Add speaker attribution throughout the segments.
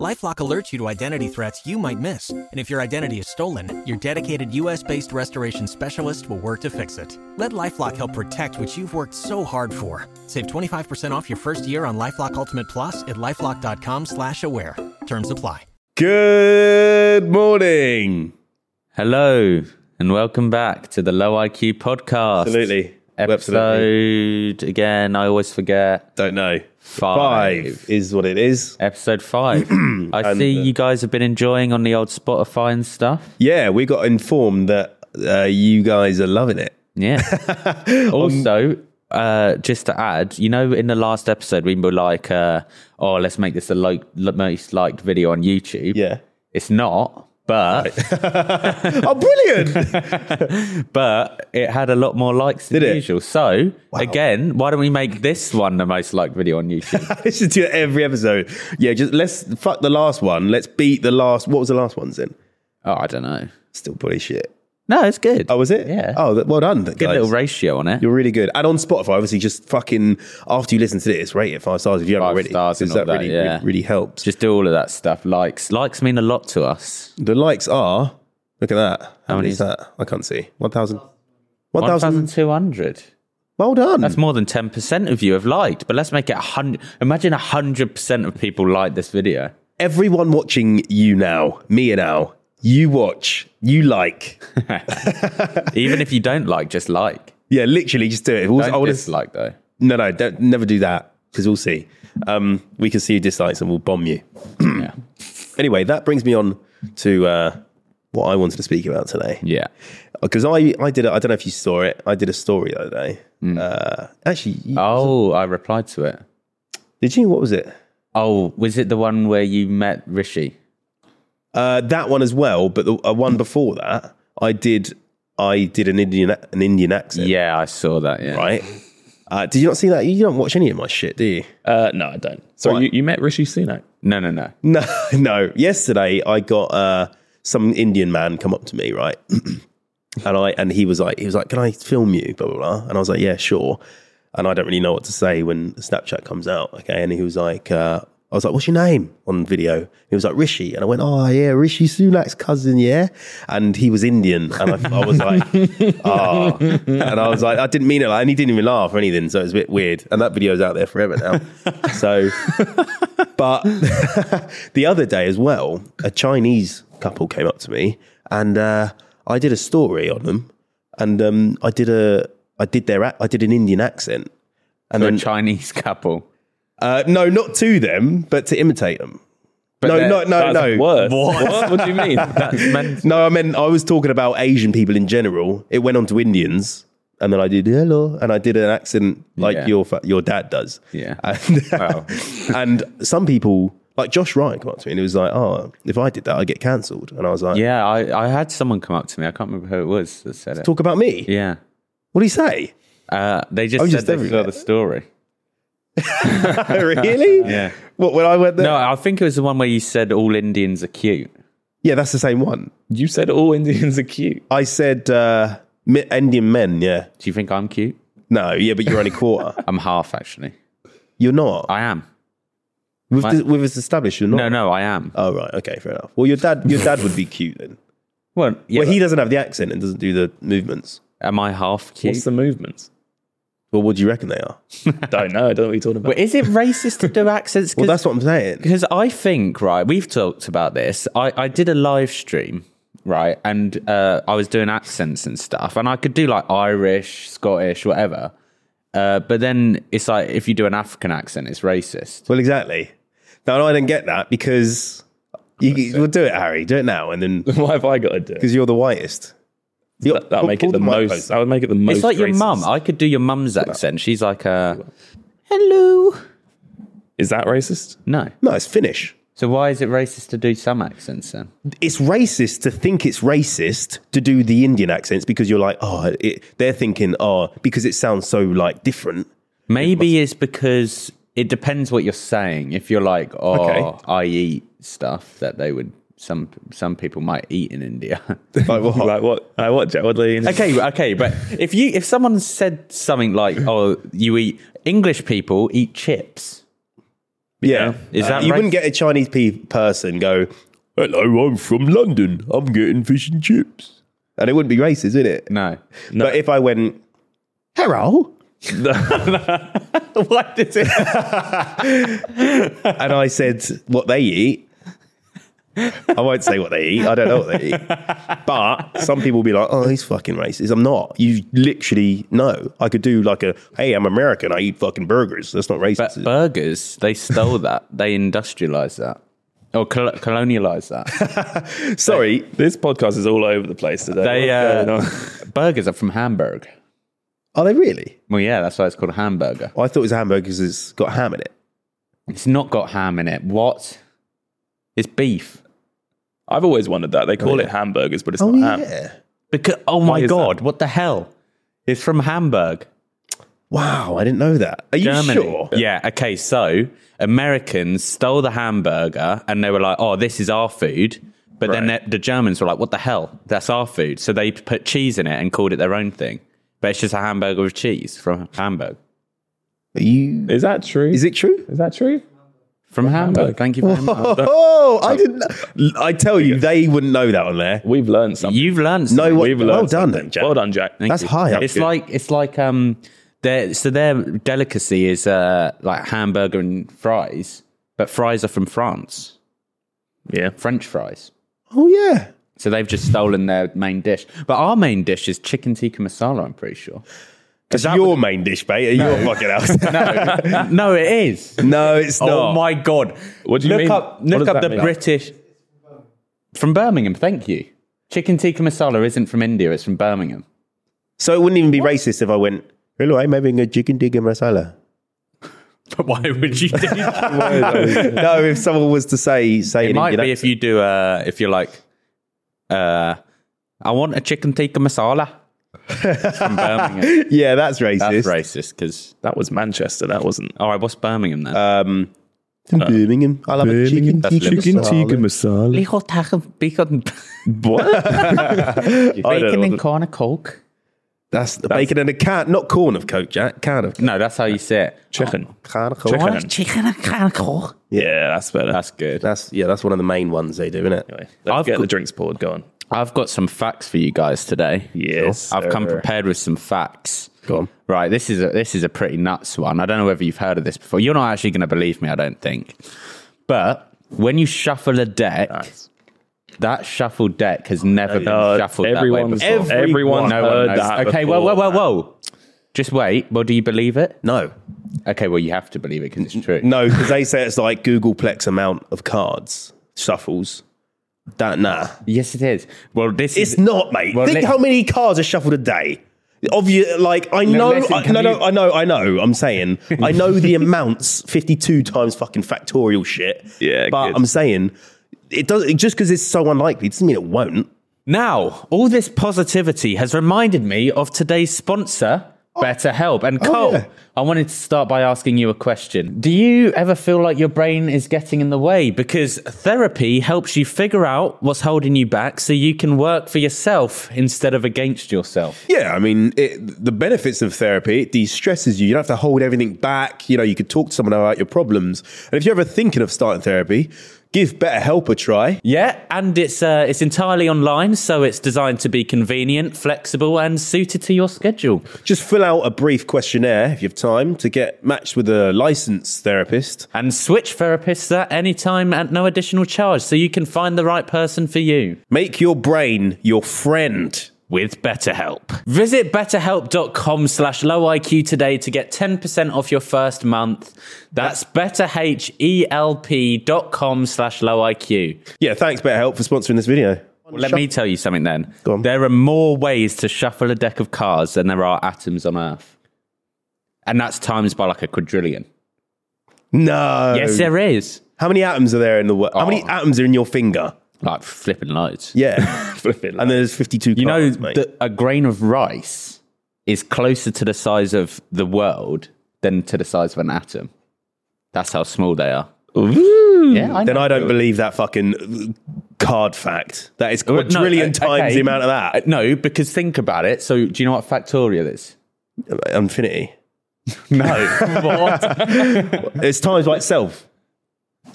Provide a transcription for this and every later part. Speaker 1: LifeLock alerts you to identity threats you might miss, and if your identity is stolen, your dedicated U.S.-based restoration specialist will work to fix it. Let LifeLock help protect what you've worked so hard for. Save 25% off your first year on LifeLock Ultimate Plus at lifeLock.com/slash-aware. Terms apply.
Speaker 2: Good morning.
Speaker 3: Hello and welcome back to the Low IQ podcast.
Speaker 2: Absolutely.
Speaker 3: Episode
Speaker 2: Absolutely.
Speaker 3: again, I always forget.
Speaker 2: Don't know.
Speaker 3: Five.
Speaker 2: is what it is.
Speaker 3: Episode five. I see
Speaker 2: uh,
Speaker 3: you guys have been enjoying on the old Spotify and stuff.
Speaker 2: Yeah, we got informed that uh, you guys are loving it.
Speaker 3: Yeah.
Speaker 2: Um,
Speaker 3: also, uh, just to add, you know, in the last episode, we were like, uh, oh, let's make this the like, the most liked video on YouTube.
Speaker 2: Yeah.
Speaker 3: It's not, but
Speaker 2: Oh, brilliant.
Speaker 3: but it had a lot more likes than
Speaker 2: Did it?
Speaker 3: usual. So again, why don't we make this one the most liked video on YouTube?
Speaker 2: I should do it every episode. Yeah, just let's fuck the last one. Let's beat the last. What was the last one, then?
Speaker 3: oh, I don't know.
Speaker 2: Still pretty shit.
Speaker 3: No, it's good.
Speaker 2: Oh, was it?
Speaker 3: Yeah.
Speaker 2: Oh, th- well done. Good
Speaker 3: good little ratio on it.
Speaker 2: You're really good. And on Spotify, obviously, just fucking after you listen to this, rate it five stars if you haven't
Speaker 3: Five
Speaker 2: already.
Speaker 3: stars
Speaker 2: because
Speaker 3: and all
Speaker 2: that,
Speaker 3: that,
Speaker 2: really,
Speaker 3: yeah.
Speaker 2: really, really helps.
Speaker 3: Just do all of that stuff. Likes, likes mean a lot to us.
Speaker 2: The likes are. Look at that. How, many
Speaker 3: many
Speaker 2: is that? I can't see. 1,000. 1,000.
Speaker 3: 1,200.
Speaker 2: Well done.
Speaker 3: That's more than 10% of you have liked, but let's make it 100. Imagine 100% of people like this video.
Speaker 2: Everyone watching you now, me and Al, you watch, you like.
Speaker 3: Even if you don't like, just like.
Speaker 2: Yeah, literally, just do it. We'll-
Speaker 3: Don't
Speaker 2: I wanna-
Speaker 3: dislike, though.
Speaker 2: no, no, don't, never do that because we'll see. Um, we can see your dislikes and we'll bomb you.
Speaker 3: yeah.
Speaker 2: Anyway, that brings me on to uh, what I wanted to speak about today.
Speaker 3: Yeah.
Speaker 2: Because I, I did, a, I don't know if you saw it, I did a story the other day. Uh, actually, you-
Speaker 3: Oh, I replied to it.
Speaker 2: did you? What was it?
Speaker 3: Oh, was it the one where you met Rishi?
Speaker 2: Uh, that one as well, but the uh, one before that, I did. I did an Indian an Indian accent,
Speaker 3: Yeah, I saw that. Yeah.
Speaker 2: right? Uh, did you not see that? You don't watch any of my shit, do you?
Speaker 4: Uh, no, I don't. So
Speaker 2: Why?
Speaker 4: you, you met Rishi Sunak.
Speaker 3: No, no, no.
Speaker 2: No, no. Yesterday, I got uh, some Indian man come up to me, right? and I and he was like, he was like, "Can I film you?" Blah blah blah. And I was like, "Yeah, sure." And I don't really know what to say when Snapchat comes out, okay? And he was like, uh, "I was like, what's your name on video?" He was like, "Rishi," and I went, "Oh yeah, Rishi Sunak's cousin, yeah." And he was Indian, and I, I was like, "Oh," and I was like, "I didn't mean it," like, and he didn't even laugh or anything, so it was a bit weird. And that video's out there forever now, so. But the other day as well, a Chinese couple came up to me, and uh, I did a story on them, and um, I did a I did their ac- I did an Indian accent, and
Speaker 3: To a
Speaker 2: then
Speaker 3: Chinese couple.
Speaker 2: uh, no, not to them, but to imitate them. no,
Speaker 3: they're-
Speaker 2: no, no, no.
Speaker 4: Worse. What? what? do you mean?
Speaker 3: That's meant.
Speaker 2: No, I meant I was talking about Asian people in general. It went on to Indians, and then I did hello, and I did an accent like
Speaker 3: Yeah.
Speaker 2: your fa- your dad does.
Speaker 3: Yeah.
Speaker 2: and,
Speaker 3: Wow.
Speaker 2: and some people like Josh Ryan came up to me and he was like, "Oh, if I did that, I'd get cancelled." And I was like,
Speaker 3: Yeah, I, I had someone come up to me. I can't remember who it was that said it.
Speaker 2: "Talk about me."
Speaker 3: Yeah.
Speaker 2: What do you say?
Speaker 3: Uh, they just
Speaker 2: Oh,
Speaker 3: said
Speaker 2: just
Speaker 3: they
Speaker 2: everywhere.
Speaker 3: saw the story.
Speaker 2: Oh, really?
Speaker 3: Yeah.
Speaker 2: What when I went there?
Speaker 3: No, I think it was the one where you said all Indians are cute.
Speaker 2: Yeah, that's the same one.
Speaker 4: You said all Indians are cute.
Speaker 2: I said uh, mi- Indian men. Yeah.
Speaker 3: Do you think I'm cute?
Speaker 2: No. Yeah, but you're only quarter.
Speaker 3: I'm half, actually.
Speaker 2: you're not.
Speaker 3: I am.
Speaker 2: We've,
Speaker 3: my-
Speaker 2: we've established you're not.
Speaker 3: No, no, I am.
Speaker 2: Oh right. Okay. Fair enough. Well, your dad. Your dad would be cute then.
Speaker 3: Well, yeah,
Speaker 2: well, he doesn't have the accent and doesn't do the movements.
Speaker 3: am I half cute?
Speaker 4: What's the movements?
Speaker 2: Well, what do you reckon they are?
Speaker 4: don't know. I don't know what you're talking about.
Speaker 3: But is it racist to do accents?
Speaker 2: Well, that's what I'm saying.
Speaker 3: Because I think, right, we've talked about this. I, I did a live stream, right, and uh, I was doing accents and stuff, and I could do like Irish, Scottish, whatever. Uh, but then it's like if you do an African accent, it's racist.
Speaker 2: Well, exactly. No, no, I didn't get that because you, we'll do it, Harry. Do it now, and then
Speaker 4: Why have I got to do it?
Speaker 2: because you're the whitest. You're-
Speaker 4: That, that'll
Speaker 2: pull-
Speaker 4: make
Speaker 2: pull
Speaker 4: it the,
Speaker 2: mic
Speaker 4: most.
Speaker 2: closer.
Speaker 4: That would make it the most.
Speaker 3: It's like your
Speaker 4: racist.
Speaker 3: mum. I could do your mum's accent. She's like, uh, hello.
Speaker 4: Is that racist?
Speaker 3: No.
Speaker 2: No, it's Finnish.
Speaker 3: So why is it racist to do some accents then?
Speaker 2: It's racist to think it's racist to do the Indian accents because you're like, oh, it, they're thinking, oh, because it sounds so like different.
Speaker 3: Maybe it's because it depends what you're saying. If you're like, oh,
Speaker 2: Okay.
Speaker 3: I eat stuff that they would some some people might eat in India.
Speaker 2: Like what?
Speaker 4: Like what? Like what, Jack Woodley?
Speaker 3: okay, okay, but if you if someone said something like, "Oh, you eat English people eat chips,"
Speaker 2: yeah.
Speaker 3: Is that
Speaker 2: you
Speaker 3: right?
Speaker 2: wouldn't get a Chinese pe- person go, "Hello, I'm from London. I'm getting fish and chips," and it wouldn't be racist, would it?
Speaker 3: no.
Speaker 2: But if I went, "Hello,"
Speaker 3: What is it?
Speaker 2: and I said what they eat. I won't say what they eat. I don't know what they eat. But some people will be like, oh, he's fucking racist. I'm not. You literally know. I could do like a, hey, I'm American. I eat fucking burgers. That's not
Speaker 3: But
Speaker 2: racist.
Speaker 3: burgers, they stole that. They industrialized that. Or col- colonialized that.
Speaker 2: Sorry.
Speaker 4: This podcast is all over the place today.
Speaker 3: They
Speaker 4: What's
Speaker 3: uh,
Speaker 4: going on?
Speaker 3: burgers are from Hamburg.
Speaker 2: Are they really?
Speaker 3: Well, yeah, that's why it's called a hamburger.
Speaker 2: I thought it was a hamburger because it's got ham in it.
Speaker 3: It's not got ham in it. What? It's beef.
Speaker 4: I've always wondered that. They call it hamburgers, but it's
Speaker 2: Oh,
Speaker 4: not ham.
Speaker 2: yeah.
Speaker 3: Because oh my
Speaker 4: is
Speaker 3: god, what the hell? It's from Hamburg,
Speaker 2: Wow. I didn't know that. Are you
Speaker 3: Germany.
Speaker 2: sure?
Speaker 3: Yeah. Okay. So Americans stole the hamburger, and they were like, "Oh, this is our food." But then the, the Germans were like, "What the hell? That's our food." So they put cheese in it and called it their own thing. But it's just a hamburger with cheese from Hamburg.
Speaker 2: Are you,
Speaker 4: Is that true?
Speaker 2: is it true?
Speaker 4: Is that true?
Speaker 3: From Hamburg. Thank you very much.
Speaker 2: Oh, I didn't. know- I tell you, they wouldn't know that on there.
Speaker 4: We've learned something.
Speaker 3: You've learned.
Speaker 2: No, what,
Speaker 4: We've learned
Speaker 2: well done,
Speaker 4: something.
Speaker 2: then, Jack.
Speaker 4: Well done, Jack.
Speaker 3: Thank
Speaker 2: That's
Speaker 3: you.
Speaker 2: high up.
Speaker 3: It's like it's like um their so their delicacy is uh like hamburger and fries, but fries are from France,
Speaker 4: Yeah.
Speaker 3: French fries.
Speaker 2: oh, yeah.
Speaker 3: So they've just stolen their main dish. But our main dish is chicken tikka masala, I'm pretty sure.
Speaker 2: That's your main dish, mate. You're fucking out.
Speaker 3: no, it is.
Speaker 2: no, it's not.
Speaker 3: Oh my god.
Speaker 4: What do you
Speaker 3: look
Speaker 4: mean?
Speaker 3: up
Speaker 4: What
Speaker 3: look
Speaker 4: does
Speaker 3: up
Speaker 4: that
Speaker 3: the
Speaker 4: mean?
Speaker 3: British from Birmingham, thank you. Chicken tikka masala isn't from India, it's from Birmingham.
Speaker 2: So it wouldn't even be racist if I went, hello, I'm having a chicken tikka masala.
Speaker 3: But why would you do that?
Speaker 2: no, if someone was to say, say
Speaker 3: It
Speaker 2: an
Speaker 3: might
Speaker 2: Indian
Speaker 3: be if you do uh if you're like uh I want a chicken tikka masala. It's from Birmingham.
Speaker 2: accent- Yeah, that's racist.
Speaker 3: That's racist because
Speaker 4: That was Manchester. That wasn't.
Speaker 3: all right, what's Birmingham then?
Speaker 4: Uh,
Speaker 2: Um, from Birmingham. I love a chicken
Speaker 3: that's
Speaker 2: tikka
Speaker 3: Liverpool.
Speaker 2: masala.
Speaker 4: masala.
Speaker 3: Legal tag- bacon,
Speaker 4: What?
Speaker 3: bacon and corn and coke.
Speaker 2: That's, bacon and a can, not corn of coke, Jack. Can of
Speaker 3: No, that's how you say it.
Speaker 4: Chicken.
Speaker 2: can of coke.
Speaker 4: Chicken. and-
Speaker 3: Chicken and corn and coke.
Speaker 4: Yeah, that's better.
Speaker 3: That's good.
Speaker 2: That's yeah, that's one of the main ones they do, isn't it?
Speaker 4: Anyway, let's
Speaker 3: I've
Speaker 4: get
Speaker 3: got-
Speaker 4: the drinks poured. Go on.
Speaker 3: I've got some facts for you guys today.
Speaker 4: Yes,
Speaker 3: I've come
Speaker 4: sir.
Speaker 3: prepared with some facts.
Speaker 2: Go on.
Speaker 3: Right, this is a this is a pretty nuts one. I don't know whether you've heard of this before. You're not actually going to believe me, I don't think. But when you shuffle a deck, that shuffled deck has never been
Speaker 4: Uh,
Speaker 3: shuffled that way
Speaker 4: everyone's-
Speaker 3: before.
Speaker 4: everyone's
Speaker 3: No one
Speaker 4: heard
Speaker 3: knows.
Speaker 4: that
Speaker 3: Okay, whoa,
Speaker 4: before.
Speaker 3: whoa, whoa, whoa. Just wait. Well, do you believe it?
Speaker 2: No,
Speaker 3: Okay, well, you have to believe it because it's true.
Speaker 2: no, because they say it's like Googleplex amount of cards shuffles. That nah,
Speaker 3: Yes, it is. Well, this
Speaker 2: it's
Speaker 3: is
Speaker 2: not, mate.
Speaker 3: Well,
Speaker 2: Think
Speaker 3: let-
Speaker 2: how many cards are shuffled a day. Obvious, like I know,
Speaker 3: listen,
Speaker 2: I,
Speaker 3: can
Speaker 2: no,
Speaker 3: you-
Speaker 2: no, I know, I know. I'm saying I know the amounts, fifty-two times fucking factorial shit.
Speaker 4: Yeah,
Speaker 2: but
Speaker 4: good.
Speaker 2: I'm saying it does it, just because it's so unlikely doesn't mean it won't.
Speaker 3: Now, all this positivity has reminded me of today's sponsor, BetterHelp. And Cole,
Speaker 2: yeah.
Speaker 3: I wanted to start by asking you a question. Do you ever feel like your brain is getting in the way? Because therapy helps you figure out what's holding you back so you can work for yourself instead of against yourself.
Speaker 2: Yeah, I mean, it, the benefits of therapy, it de stresses you. You don't have to hold everything back. You know, you could talk to someone about your problems. And if you're ever thinking of starting therapy, give BetterHelp a try.
Speaker 3: Yeah, and it's uh, it's entirely online, so it's designed to be convenient, flexible, and suited to your schedule.
Speaker 2: Just fill out a brief questionnaire if you have time to get matched with a licensed therapist.
Speaker 3: And switch therapists at any time at no additional charge, so you can find the right person for you.
Speaker 2: Make your brain your friend.
Speaker 3: with BetterHelp. Visit betterhelp.com slash lowiq today to get 10% off your first month. That's betterhelp.com slash lowiq.
Speaker 2: Yeah, thanks, BetterHelp, for sponsoring this video.
Speaker 3: Let me tell you something then.
Speaker 2: Go on.
Speaker 3: There are more ways to shuffle a deck of cards than there are atoms on Earth. And that's times by like a quadrillion.
Speaker 2: No.
Speaker 3: Yes, there is.
Speaker 2: How many atoms are there in the world? How many
Speaker 3: Oh.
Speaker 2: atoms are in your finger?
Speaker 3: Like flipping loads.
Speaker 2: Yeah.
Speaker 4: Flipping.
Speaker 2: and there's 52
Speaker 3: You know,
Speaker 2: cards, mate.
Speaker 3: that a grain of rice is closer to the size of the world than to the size of an atom. That's how small they are. Yeah, I
Speaker 2: then
Speaker 3: know.
Speaker 2: I don't believe that fucking card fact. That is
Speaker 3: Well, no,
Speaker 2: quadrillion
Speaker 3: uh,
Speaker 2: times
Speaker 3: okay.
Speaker 2: the amount of that.
Speaker 3: Uh, No, because think about it. So, do you know what factorial is?
Speaker 2: Infinity.
Speaker 3: No. What?
Speaker 2: It's times by itself.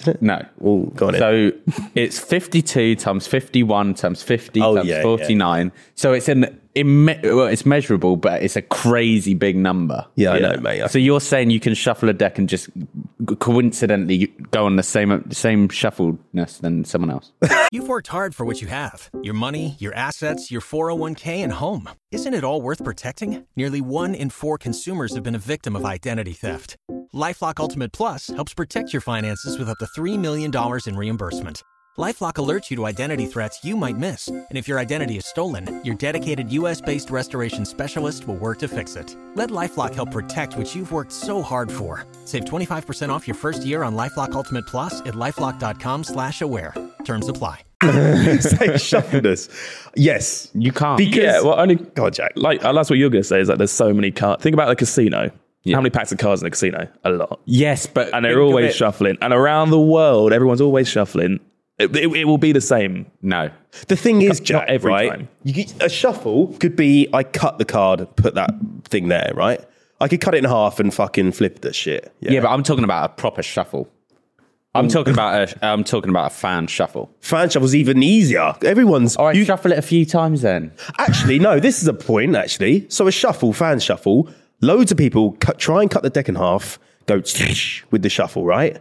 Speaker 2: Oh,
Speaker 3: no.
Speaker 2: Well, got it.
Speaker 3: So it's 52 times 51 times 50
Speaker 2: Oh,
Speaker 3: times
Speaker 2: yeah, yeah.
Speaker 3: 49. So it's an imme- well, it's measurable, but it's a crazy big number.
Speaker 2: yeah, I know, mate. I-
Speaker 3: So you're saying you can shuffle a deck and just g- coincidentally go on the same same shuffledness than someone else?
Speaker 1: You've worked hard for what you have your money, your assets, your 401k, and home. Isn't it all worth protecting? Nearly one in four consumers have been a victim of identity theft. Lifelock Ultimate Plus helps protect your finances with up to $3 million in reimbursement. Lifelock alerts you to identity threats you might miss. And if your identity is stolen, your dedicated US based restoration specialist will work to fix it. Let Lifelock help protect what you've worked so hard for. Save 25% off your first year on Lifelock Ultimate Plus at lifelock.com slash aware. Terms apply.
Speaker 2: Say shuffled us. Yes.
Speaker 3: You can't.
Speaker 2: Because
Speaker 4: Yeah, well, only
Speaker 2: God, Jack.
Speaker 4: like uh, that's what you're gonna say is like there's so many cards. Think about the casino. How many packs of cards in the casino? A lot,
Speaker 3: yes, but
Speaker 4: and
Speaker 3: think
Speaker 4: they're
Speaker 3: of
Speaker 4: always
Speaker 3: it-
Speaker 4: shuffling. And around the world, everyone's always shuffling. It, it, it will be the same.
Speaker 3: No.
Speaker 2: The thing is, Jack,
Speaker 4: every
Speaker 2: right?
Speaker 4: time.
Speaker 2: You could, a shuffle could be I cut the card, put that thing there, right? I could cut it in half and fucking flip the shit.
Speaker 3: Yeah. but I'm talking about a proper shuffle. I'm talking about a I'm talking about a fan shuffle.
Speaker 2: fan shuffle's even easier. Everyone's
Speaker 3: All right,
Speaker 2: you-
Speaker 3: shuffle it a few times then.
Speaker 2: actually no. This is a point actually. So a shuffle, fan shuffle. Loads of people cut, try and cut the deck in half. Go with the shuffle, right?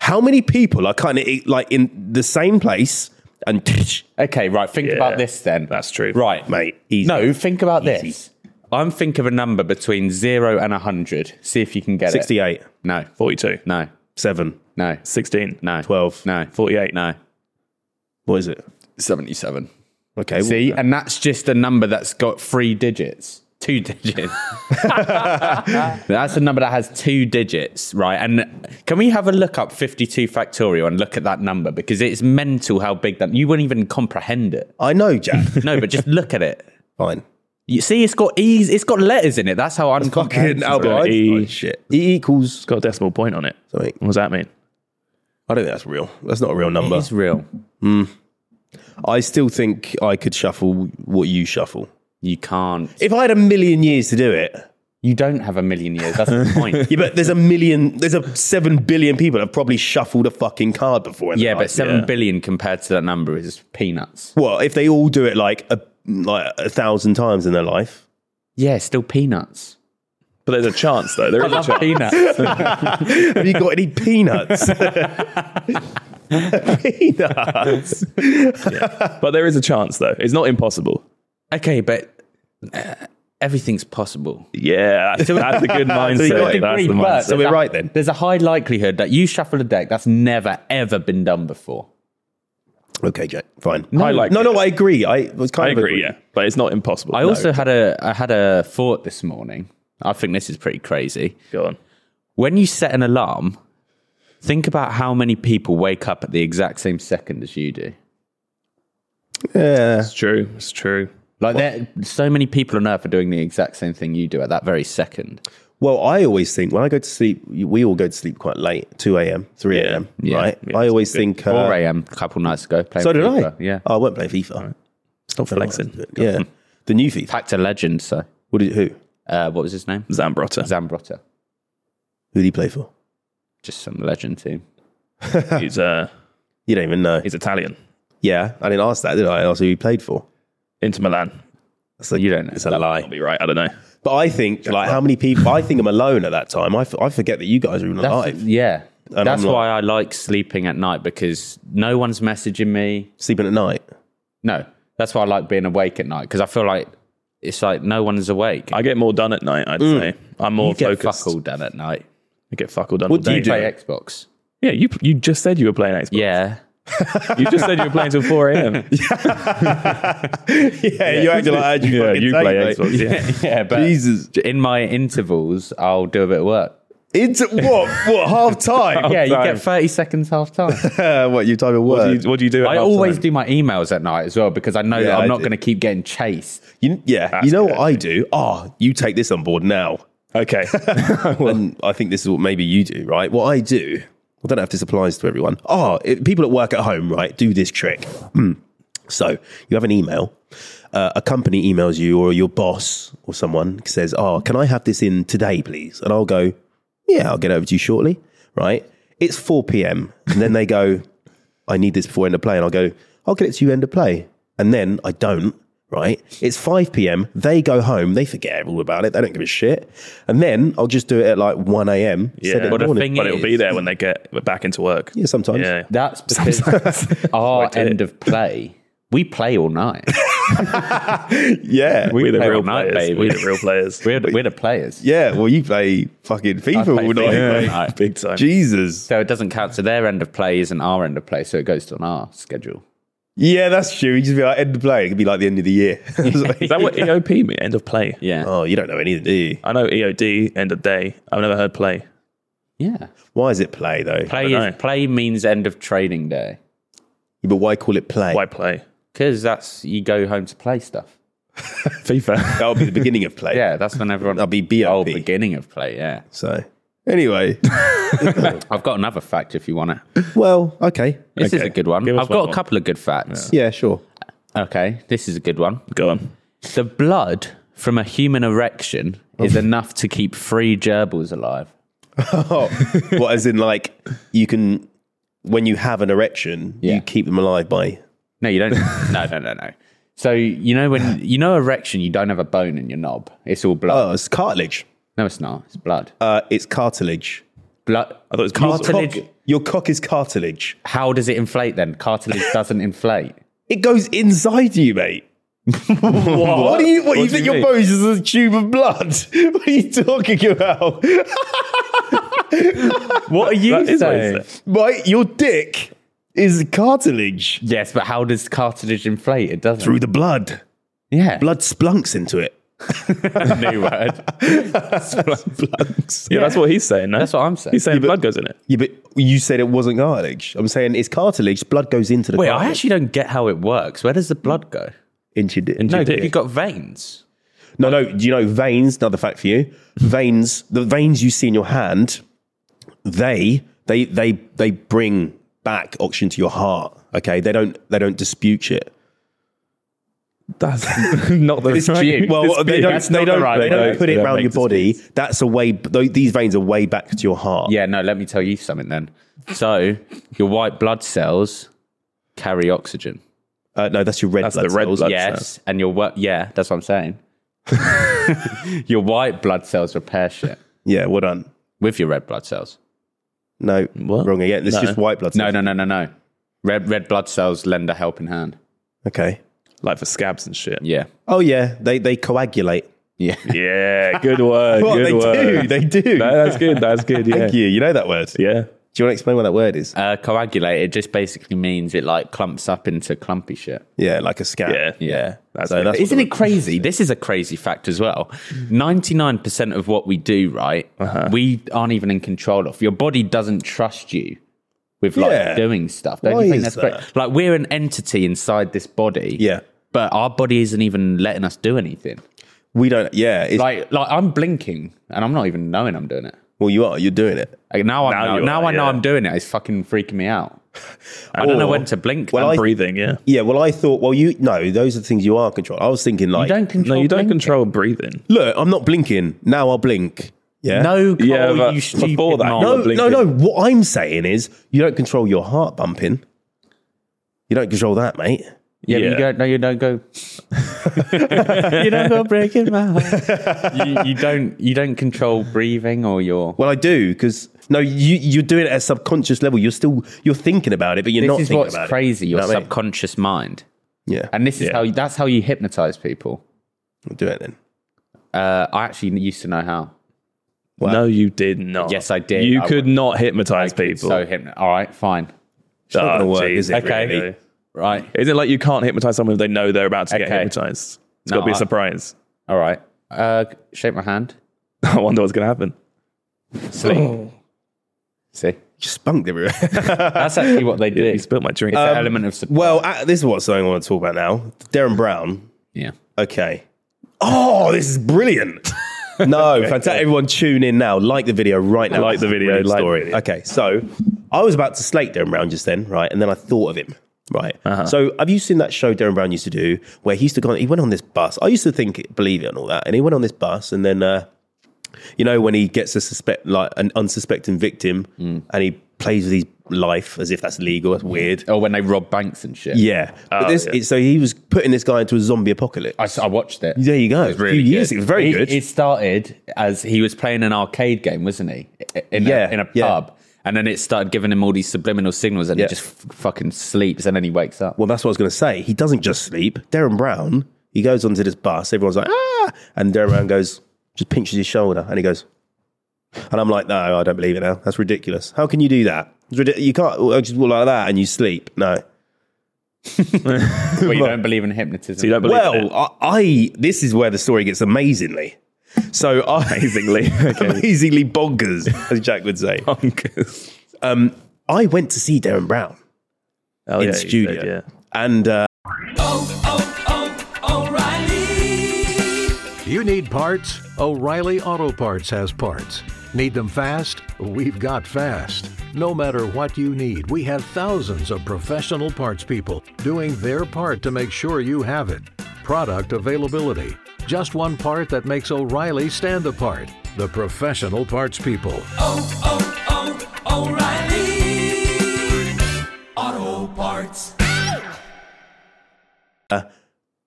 Speaker 2: How many people are kind of like in the same place and
Speaker 3: Okay, right. Think
Speaker 4: Yeah,
Speaker 3: about this then.
Speaker 4: That's true.
Speaker 3: Right.
Speaker 2: mate? Easy.
Speaker 3: No, think about
Speaker 2: Easy.
Speaker 3: this. I'm think of a number between zero and hundred. See if you can get it.
Speaker 2: sixty-eight,
Speaker 3: No.
Speaker 4: 42,
Speaker 3: No.
Speaker 2: seven,
Speaker 3: No.
Speaker 4: 16,
Speaker 3: No.
Speaker 2: 12.
Speaker 3: No.
Speaker 4: 48.
Speaker 3: No.
Speaker 2: What is it?
Speaker 3: Seventy-seven.
Speaker 2: Okay, well,
Speaker 3: See, and that's just a number that's got three digits. Two digits. that's a number that has two digits, right? And can we have a look up 52 factorial and look at that number? Because it's mental how big that you wouldn't even comprehend it.
Speaker 2: I know, Jack.
Speaker 3: No, but just look at it.
Speaker 2: Fine.
Speaker 3: You see, it's got E's, it's got letters in it. That's how I'm
Speaker 2: Fucking Albert
Speaker 4: right.
Speaker 2: Einstein
Speaker 4: E-
Speaker 2: shit. E equals
Speaker 4: It's got a decimal point on it.
Speaker 2: something.
Speaker 4: What does that mean?
Speaker 2: I don't think that's real. That's not a real number.
Speaker 3: It's real.
Speaker 2: I still think I could shuffle what you shuffle.
Speaker 3: You can't.
Speaker 2: If I had a million years to do it,
Speaker 3: You don't have a million years. That's the point.
Speaker 2: yeah, but there's a million, there's a seven billion people that have probably shuffled a fucking card before. In their
Speaker 3: yeah, but
Speaker 2: life.
Speaker 3: seven billion
Speaker 4: yeah.
Speaker 3: compared to that number is peanuts.
Speaker 2: Well, if they all do it like a like a thousand times in their life,
Speaker 3: Yeah, still peanuts.
Speaker 4: But there's a chance though. There is a chance.
Speaker 3: peanuts.
Speaker 2: have you got any peanuts? peanuts.
Speaker 4: But there is a chance though. It's not impossible.
Speaker 3: okay, but uh, everything's possible.
Speaker 4: Yeah, that's, that's a good mindset.
Speaker 2: got
Speaker 4: that's
Speaker 2: a
Speaker 4: the
Speaker 3: degree, but-
Speaker 4: mindset.
Speaker 2: So we're right then.
Speaker 3: There's a high likelihood that you shuffle a deck that's never ever been done before.
Speaker 2: Okay, Jack. Fine.
Speaker 4: I like
Speaker 2: no,
Speaker 4: it.
Speaker 2: no, I agree. I was kind
Speaker 4: I
Speaker 2: of
Speaker 4: agree. Yeah, but it's not impossible.
Speaker 3: I also had a I had a thought this morning. I think this is pretty crazy.
Speaker 4: go on.
Speaker 3: When you set an alarm, think about how many people wake up at the exact same second as you do.
Speaker 2: Yeah.
Speaker 4: It's true. It's true.
Speaker 3: Like there, so many people on earth are doing the exact same thing you do at that very second.
Speaker 2: Well, I always think when I go to sleep, we all go to sleep quite late, two a.m., three a.m.
Speaker 3: yeah,
Speaker 2: right? I always think. Uh,
Speaker 3: 4 a.m. a couple nights ago. Playing
Speaker 2: so did
Speaker 3: FIFA.
Speaker 2: I.
Speaker 3: Yeah.
Speaker 2: Oh, I won't play FIFA.
Speaker 4: Stop flexing.
Speaker 2: Yeah, the new FIFA.
Speaker 3: Packed a legend, so.
Speaker 2: What did, who?
Speaker 3: Uh, what was his name?
Speaker 4: Zambrotta.
Speaker 3: Zambrotta.
Speaker 2: Who did he play for?
Speaker 3: Just some legend team.
Speaker 4: he's uh,
Speaker 2: You don't even know.
Speaker 4: he's Italian.
Speaker 2: yeah, I didn't ask that, did I? I asked who he played for.
Speaker 4: Into Milan.
Speaker 2: So
Speaker 3: You don't know.
Speaker 2: It's a lie.
Speaker 4: I'll be right. I don't know.
Speaker 2: But I think like how many people? I think I'm alone at that time. I, f- I forget that you guys are even
Speaker 3: That's-
Speaker 2: alive.
Speaker 3: Yeah.
Speaker 2: I'm
Speaker 3: That's
Speaker 2: not-
Speaker 3: why I like sleeping at night because no one's messaging me.
Speaker 2: Sleeping at night.
Speaker 3: No. That's why I like being awake at night because I feel like it's like no one's awake.
Speaker 4: I get more done at night. I'd say I'm more
Speaker 3: Mm. you get
Speaker 4: focused.
Speaker 3: fuck all done at night.
Speaker 4: I get fuck all done. all
Speaker 3: do you
Speaker 4: day.
Speaker 3: play Xbox?
Speaker 4: Yeah, you you just said you were playing Xbox.
Speaker 3: Yeah.
Speaker 4: You just said you were playing till 4 a.m.
Speaker 2: Yeah, you acting like how'd you
Speaker 4: yeah,
Speaker 2: fucking
Speaker 4: you
Speaker 2: take,
Speaker 4: play
Speaker 2: mate?
Speaker 4: Xbox. Yeah.
Speaker 3: yeah, but
Speaker 2: Jesus.
Speaker 3: in my intervals, I'll do a bit of work.
Speaker 2: Into what? What half time?
Speaker 3: yeah, you
Speaker 4: time.
Speaker 3: get 30 seconds half time.
Speaker 2: Uh, what you type of word?
Speaker 4: What do you, what do, you do at
Speaker 3: I
Speaker 4: half
Speaker 3: always
Speaker 4: time?
Speaker 3: do my emails at night as well because I know
Speaker 2: Yeah,
Speaker 3: that I'm
Speaker 2: I
Speaker 3: not
Speaker 2: do.
Speaker 3: going to keep getting chased.
Speaker 2: You, yeah, you know what I do? Ah, you take this on board now.
Speaker 4: Okay.
Speaker 2: and I think this is what maybe you do, right? What I do I don't know if this applies to everyone. Oh, it, people at work at home, right, do this trick. Hmm. So you have an email. Uh, a company emails you, or your boss, or someone says, "Oh, can I have this in today, please?" And I'll go, "Yeah, I'll get over to you shortly." Right? It's four p.m. and then they go, "I need this before end of play," and I'll go, "I'll get it to you end of play," and then I don't. Right? It's five p.m. They go home. They forget all about it. They don't give a shit. And then I'll just do it at like one a.m.
Speaker 4: Yeah,
Speaker 2: send it in
Speaker 4: but
Speaker 2: the
Speaker 4: the
Speaker 2: morning.
Speaker 3: thing
Speaker 4: but it'll be
Speaker 3: is-
Speaker 4: there when they get back into work.
Speaker 2: yeah, sometimes.
Speaker 4: Yeah.
Speaker 3: That's because our end of play, we play all night.
Speaker 2: Yeah.
Speaker 4: We're the
Speaker 3: play all
Speaker 4: real
Speaker 3: night,
Speaker 4: players.
Speaker 3: baby.
Speaker 4: We're the real players.
Speaker 3: We're, the- we're the players.
Speaker 2: Yeah, well, you play fucking FIFA
Speaker 3: play
Speaker 2: all night,
Speaker 3: FIFA all
Speaker 2: mate.
Speaker 3: night.
Speaker 4: Big time.
Speaker 2: Jesus.
Speaker 3: So it doesn't count. So their end of play isn't our end of play. So it goes on our schedule.
Speaker 2: Yeah, that's true. You just be like end of play. It could be like the end of the year.
Speaker 4: Is that what E EOP means? End of play.
Speaker 3: Yeah.
Speaker 2: oh, you don't know anything, do you?
Speaker 4: I know EOD, end of day. I've never heard play.
Speaker 3: Yeah.
Speaker 2: Why is it play though?
Speaker 3: Play,
Speaker 4: dunno.
Speaker 3: is, play means end of trading day
Speaker 2: But why call it play?
Speaker 4: Why play?
Speaker 3: because that's you go home to play stuff.
Speaker 4: FIFA.
Speaker 2: That'll be the beginning of play.
Speaker 3: Yeah. That's when everyone.
Speaker 2: that'll be
Speaker 3: Oh,
Speaker 2: BRP.
Speaker 3: beginning of play. Yeah.
Speaker 2: so anyway,
Speaker 3: I've got another fact if you want it.
Speaker 2: well, okay,
Speaker 3: This is
Speaker 4: Okay.
Speaker 3: a good one.
Speaker 4: Give us
Speaker 3: I've got
Speaker 4: one
Speaker 3: a
Speaker 4: more.
Speaker 3: couple of good facts.
Speaker 2: yeah, sure.
Speaker 3: Okay. This is a good one.
Speaker 4: Go on.
Speaker 3: The blood from a human erection is enough to keep three gerbils alive.
Speaker 2: Oh, what as in like you can when you have an erection,
Speaker 3: Yeah.
Speaker 2: you keep them alive by.
Speaker 3: No, you don't. no, no, no, no. So you know when you know erection, you don't have a bone in your knob. It's all blood.
Speaker 2: Oh, it's cartilage.
Speaker 3: No, it's not. It's blood.
Speaker 2: Uh, it's cartilage.
Speaker 3: Blood.
Speaker 4: I thought it was
Speaker 2: Your
Speaker 4: cartilage.
Speaker 2: cock, your cock is cartilage.
Speaker 3: How does it inflate then? Cartilage doesn't inflate.
Speaker 2: It goes inside you, mate. what? do you? What, you
Speaker 4: What do
Speaker 2: think
Speaker 4: you
Speaker 2: your
Speaker 4: mean?
Speaker 2: bones is a tube of blood? what are you talking about?
Speaker 3: What are you
Speaker 4: That is what
Speaker 3: saying?
Speaker 4: he said.
Speaker 2: Mate, your dick is cartilage
Speaker 3: yes, but how does cartilage inflate? It doesn't.
Speaker 2: through the blood.
Speaker 3: yeah,
Speaker 2: Blood splunks into it.
Speaker 3: new word.
Speaker 2: Splunks.
Speaker 4: Yeah, that's what he's saying. No?
Speaker 3: That's what I'm saying.
Speaker 4: He's saying blood goes in it.
Speaker 2: Yeah, but you said it wasn't cartilage. I'm saying it's cartilage. Blood goes into the
Speaker 3: Wait, I
Speaker 2: cartilage.
Speaker 3: actually don't get how it works. Where does the blood go?
Speaker 2: into your dick.
Speaker 3: No,
Speaker 4: Your dick.
Speaker 3: you've got veins.
Speaker 2: No, no. Do you know veins? Another fact for you: veins. The veins you see in your hand, they they they they bring back oxygen to your heart. Okay, they don't they don't dispute shit.
Speaker 4: That's not the
Speaker 3: It's
Speaker 4: right-
Speaker 3: cheap.
Speaker 2: Well,
Speaker 4: It's
Speaker 2: they
Speaker 4: cheap.
Speaker 2: don't
Speaker 4: That's
Speaker 2: they
Speaker 4: not the
Speaker 2: don't
Speaker 4: right
Speaker 2: they don't
Speaker 4: way
Speaker 2: put it
Speaker 4: to
Speaker 2: around
Speaker 4: make
Speaker 2: your body.
Speaker 4: this
Speaker 2: That's a way. tho- These veins are way back to your heart.
Speaker 3: Yeah, no, let me tell you something then. So, your white blood cells carry oxygen.
Speaker 2: Uh, no, that's your red.
Speaker 4: That's
Speaker 2: blood
Speaker 4: the red
Speaker 2: cells.
Speaker 4: blood
Speaker 3: yes,
Speaker 4: cells.
Speaker 3: and your what? Yeah, that's what I'm saying. your white blood cells repair shit
Speaker 2: Yeah, well done.
Speaker 3: with your red blood cells.
Speaker 2: No, wrong again. It's just white blood.
Speaker 3: No,
Speaker 2: cells.
Speaker 3: no, no, no, no. Red red blood cells lend a helping hand.
Speaker 2: Okay.
Speaker 4: Like for scabs and shit.
Speaker 3: Yeah,
Speaker 2: Oh yeah, they they coagulate.
Speaker 3: yeah.
Speaker 4: Yeah, good word.
Speaker 2: Well,
Speaker 4: good
Speaker 2: they
Speaker 4: word.
Speaker 2: do. They do.
Speaker 4: No, that's good. That's good. Yeah.
Speaker 2: Thank you. You know that word. Do
Speaker 4: Yeah.
Speaker 2: you want to explain what that word is?
Speaker 3: Uh, coagulate. It just basically means it like clumps up into clumpy shit.
Speaker 2: Yeah, like a scab.
Speaker 4: Yeah.
Speaker 3: Yeah.
Speaker 4: That's
Speaker 2: So
Speaker 4: it.
Speaker 2: that's-
Speaker 3: Isn't it crazy? This is a crazy fact as well. 99% of what we do, right, we aren't even in control of. Your body doesn't trust you with like
Speaker 2: Yeah.
Speaker 3: doing stuff. Don't
Speaker 2: Why
Speaker 3: you think
Speaker 2: is
Speaker 3: that's great? Like we're an entity inside this body.
Speaker 2: Yeah.
Speaker 3: But our body isn't even letting us do anything.
Speaker 2: We don't. Yeah. It's,
Speaker 3: Like like I'm blinking and I'm not even knowing I'm doing it.
Speaker 2: well, you are. You're doing it.
Speaker 3: Like now, I
Speaker 4: Now
Speaker 3: know,
Speaker 4: you
Speaker 3: now
Speaker 4: are,
Speaker 3: I know
Speaker 4: yeah.
Speaker 3: I'm doing it. It's fucking freaking me out. I don't know
Speaker 2: Or-
Speaker 3: when to blink.
Speaker 2: Well, I-
Speaker 3: and breathe.
Speaker 4: breathing, yeah.
Speaker 2: Yeah. Well, I thought. Well, you no. Those are the things you are control. I was thinking like,
Speaker 3: you don't control.
Speaker 4: No, you don't
Speaker 3: blinking.
Speaker 4: control breathing.
Speaker 2: look, I'm not blinking. Now I'll blink. Yeah.
Speaker 3: No, Cole,
Speaker 4: Yeah, but
Speaker 3: you stupid
Speaker 4: before that,
Speaker 3: knob.
Speaker 2: No,
Speaker 4: Blinking.
Speaker 2: no, no. What I'm saying is, you don't control your heart bumping. You don't control that, mate.
Speaker 3: Yeah, but
Speaker 4: Yeah.
Speaker 3: you don't. No, you don't go. you don't go breaking my heart. You, you don't. You don't control breathing or your.
Speaker 2: Well, I do because no, you you're doing it at a subconscious level. You're still you're thinking about it, but you're
Speaker 3: This
Speaker 2: not.
Speaker 3: is
Speaker 2: thinking
Speaker 3: what's
Speaker 2: about it.
Speaker 3: crazy.
Speaker 2: You
Speaker 3: Your
Speaker 2: know what I mean?
Speaker 3: subconscious mind,
Speaker 2: Yeah,
Speaker 3: and this is
Speaker 4: Yeah.
Speaker 3: how. You, that's how you hypnotize people.
Speaker 2: I'll do it then.
Speaker 3: Uh, I actually used to know how.
Speaker 4: No, you did not.
Speaker 3: Yes, I did.
Speaker 4: You
Speaker 3: I
Speaker 4: could not hypnotize people.
Speaker 3: So hypno. All right, fine.
Speaker 4: it's not
Speaker 2: gonna work, is it,
Speaker 3: Okay.
Speaker 4: Really?
Speaker 3: Right.
Speaker 4: Is it like you can't hypnotize someone if they know they're about to get
Speaker 3: Okay.
Speaker 4: hypnotized? It's
Speaker 3: No,
Speaker 4: got to be a
Speaker 3: I-
Speaker 4: surprise.
Speaker 3: All right. Uh, shake my hand.
Speaker 4: I wonder what's going to happen.
Speaker 3: Sleep. See,
Speaker 2: You spunked everywhere.
Speaker 3: that's actually what they do.
Speaker 4: You
Speaker 3: It's
Speaker 4: spilled my drink. Um,
Speaker 3: the element of surprise.
Speaker 2: well, uh, this is what's something I want to talk about now. Darren Brown.
Speaker 3: Yeah.
Speaker 2: Okay. Oh, this is brilliant. No, fantastic. Everyone tune in now. Like the video right now.
Speaker 4: Like the video,
Speaker 2: Brilliant
Speaker 4: like the
Speaker 2: story.
Speaker 4: video.
Speaker 2: Okay, so I was about to slate Darren Brown just then, right? And then I thought of him, right?
Speaker 4: Uh-huh.
Speaker 2: So have you seen that show Darren Brown used to do where he used to go on, he went on this bus. I used to think, believe it and all that. And he went on this bus and then, uh, you know, when he gets a suspect, like an unsuspecting victim
Speaker 4: Mm.
Speaker 2: and he plays with his life as if that's legal, that's weird.
Speaker 3: Or when they rob banks and shit.
Speaker 2: Yeah. but
Speaker 4: Oh,
Speaker 2: this,
Speaker 4: yeah.
Speaker 2: so he was putting this guy into a zombie apocalypse.
Speaker 3: I, s- I watched it.
Speaker 2: there you go.
Speaker 3: It was really
Speaker 2: Few years,
Speaker 3: good.
Speaker 2: It was very
Speaker 3: It-
Speaker 2: good.
Speaker 3: It started as he was playing an arcade game, wasn't he? I- In
Speaker 2: Yeah,
Speaker 3: a, in a
Speaker 2: yeah.
Speaker 3: pub, and then it started giving him all these subliminal signals, and
Speaker 2: Yeah.
Speaker 3: he just f- fucking sleeps, and then he wakes up.
Speaker 2: Well, that's what I was going to say. He doesn't just sleep. Darren Brown, he goes onto this bus. Everyone's like, ah. And Darren Brown goes, just pinches his shoulder and he goes, and I'm like, no, I don't believe it now. That's ridiculous. How can you do that? It's ridic- you can't well, just walk like that and you sleep. No.
Speaker 3: Well, you don't believe in hypnotism.
Speaker 4: So you don't believe in
Speaker 2: Well,
Speaker 4: it?
Speaker 2: I, I, this is where the story gets amazingly. So I,
Speaker 4: amazingly. Okay. Oh.
Speaker 2: amazingly bonkers, as Jack would say.
Speaker 4: Bonkers.
Speaker 2: Um, I went to see Darren Brown
Speaker 4: Oh,
Speaker 2: in
Speaker 4: yeah, you said,
Speaker 2: studio. And uh,
Speaker 5: You need parts? O'Reilly Auto Parts has parts. Need them fast? We've got fast. No matter what you need, we have thousands of professional parts people doing their part to make sure you have it. Product availability. Just one part that makes O'Reilly stand apart. The professional parts people.
Speaker 2: there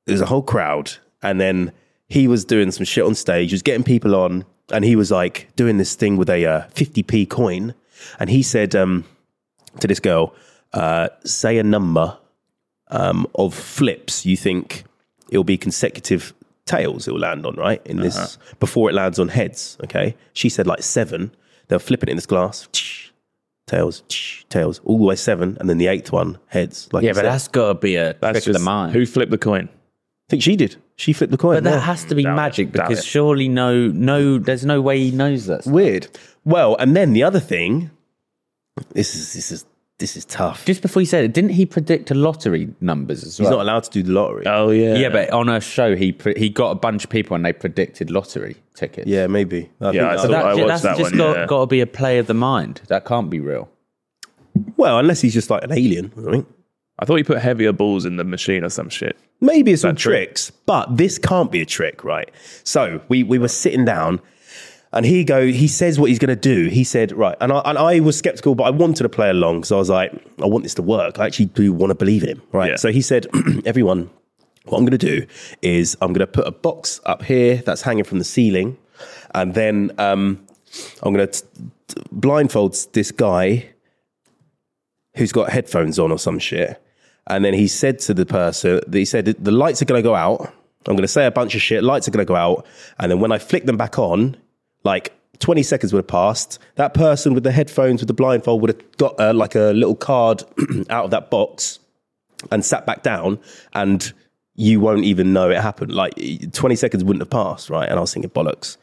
Speaker 2: was a whole crowd and then he was doing some shit on stage he was getting people on and he was like doing this thing with a uh, 50p coin and he said um, to this girl uh, say a number um, of flips you think it'll be consecutive tails it'll land on right in this
Speaker 3: Uh-huh.
Speaker 2: before it lands on heads okay she said like seven they're flipping it in this glass tails tails all the way seven and then the eighth one heads like
Speaker 3: yeah,
Speaker 2: you
Speaker 3: but
Speaker 2: said.
Speaker 3: that's got to be a
Speaker 4: That's
Speaker 3: trick of the
Speaker 4: just
Speaker 3: mind.
Speaker 4: who flipped the coin.
Speaker 2: i think she did she flipped the coin
Speaker 3: but that
Speaker 2: yeah.
Speaker 3: has to be
Speaker 4: Doubt it.
Speaker 3: magic
Speaker 4: Doubt
Speaker 3: because
Speaker 4: it.
Speaker 3: surely no, no, there's no way he knows that. stuff.
Speaker 2: weird. Well, and then the other thing, this is this is this is tough.
Speaker 3: Just before you said it, didn't he predict a lottery numbers as
Speaker 2: He's
Speaker 3: well?
Speaker 2: not allowed to do the lottery.
Speaker 4: Oh yeah.
Speaker 3: yeah, but on a show, he pre- he got a bunch of people and they predicted lottery tickets.
Speaker 2: yeah, maybe. I think
Speaker 4: I
Speaker 2: that-
Speaker 4: saw
Speaker 3: That,
Speaker 4: I watched
Speaker 3: that's
Speaker 4: that
Speaker 3: just
Speaker 4: one,
Speaker 3: got,
Speaker 4: yeah.
Speaker 3: got to be a play of the mind. That can't be real.
Speaker 2: well, unless he's just like an alien or something.
Speaker 4: I thought you put heavier balls in the machine or some shit.
Speaker 2: Maybe it's all
Speaker 4: That trick.
Speaker 2: tricks, but this can't be a trick, right? So we we were sitting down. And he go, he says what he's going to do. He said, right, and I, and I was skeptical, but I wanted to play along because I was like, I want this to work. I actually do want to believe in him, right?
Speaker 4: Yeah.
Speaker 2: So he said, everyone, what I'm going to do is I'm going to put a box up here that's hanging from the ceiling, and then um, I'm going to blindfold this guy who's got headphones on or some shit. And then he said to the person, he said, the lights are going to go out. I'm going to say a bunch of shit. Lights are going to go out. And then when I flick them back on, like 20 seconds would have passed. That person with the headphones, with the blindfold, would have got uh, like a little card out of that box and sat back down. And you won't even know it happened. Like 20 seconds wouldn't have passed, right? And I was thinking, bollocks.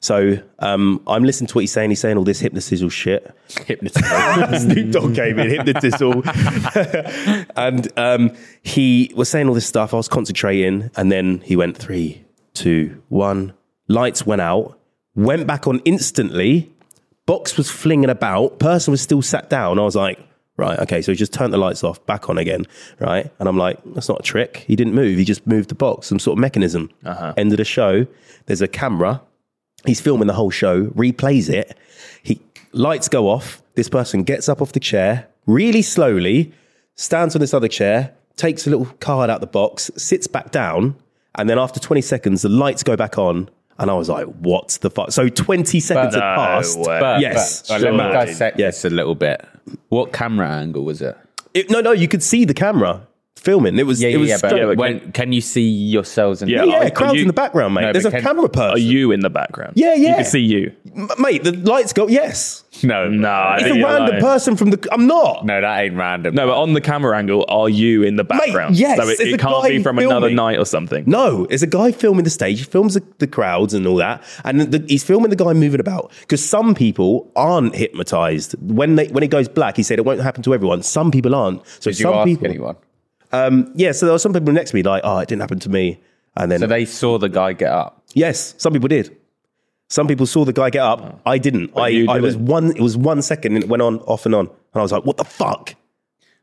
Speaker 2: So um, I'm listening to what he's saying. He's saying all this hypnotism shit. Snoop Dogg came in, hypnotist all. and um, he was saying all this stuff. I was concentrating, and then he went three, two, one. Lights went out, went back on instantly. Box was flinging about. Person was still sat down. I was like, right, okay. So he just turned the lights off, back on again, right? And I'm like, that's not a trick. He didn't move. He just moved the box, some sort of mechanism. End of the show. There's a camera he's filming the whole show, replays it. He lights go off. This person gets up off the chair really slowly, stands on this other chair, takes a little card out the box, sits back down, and then after 20 seconds, the lights go back on. And I was like, "What the fuck?" So 20 seconds
Speaker 3: But-
Speaker 2: had
Speaker 4: no
Speaker 2: passed.
Speaker 4: way.
Speaker 3: But,
Speaker 2: yes,
Speaker 3: but, but let me
Speaker 2: surely.
Speaker 3: dissect
Speaker 2: Yeah.
Speaker 3: this a little bit. What camera angle was it?
Speaker 2: It- no, no, you could see the camera filming. It was, it was.
Speaker 3: but,
Speaker 2: straight-
Speaker 4: yeah, but
Speaker 3: when, can, you see yourselves? In
Speaker 4: Yeah,
Speaker 2: yeah,
Speaker 4: like,
Speaker 2: crowds
Speaker 4: you-
Speaker 2: in the background, mate.
Speaker 3: No,
Speaker 2: There's a
Speaker 3: but can-
Speaker 2: camera person.
Speaker 4: Are you in the background?
Speaker 2: Yeah, yeah.
Speaker 4: You can see you.
Speaker 2: M- mate? The lights go. Yes,
Speaker 3: no,
Speaker 4: No, I
Speaker 2: it's
Speaker 4: think
Speaker 2: a
Speaker 4: you're
Speaker 2: random
Speaker 4: lying.
Speaker 2: person from the. I'm not.
Speaker 3: no, that ain't random.
Speaker 4: No, but on the camera angle, are you in the background?
Speaker 2: yes,
Speaker 4: so it,
Speaker 2: it's a
Speaker 4: it can't
Speaker 2: guy
Speaker 4: be from another
Speaker 2: filming.
Speaker 4: night or something.
Speaker 2: No, it's a guy filming the stage. He films the, the crowds and all that, and the, he's filming the guy moving about because some people aren't hypnotized when they when it goes black. He said it won't happen to everyone. Some people aren't. So
Speaker 3: did you
Speaker 2: some
Speaker 3: ask
Speaker 2: people,
Speaker 3: anyone?
Speaker 2: yeah. So there were some people next to me like, oh, it didn't happen to me, and then
Speaker 3: So they saw the guy get up.
Speaker 2: yes, some people did. Some people saw the guy get up. I didn't. I,
Speaker 4: you
Speaker 2: I
Speaker 4: did
Speaker 2: was
Speaker 4: it.
Speaker 2: one. It was one second, and it went on, off and on. And I was like, "What the fuck?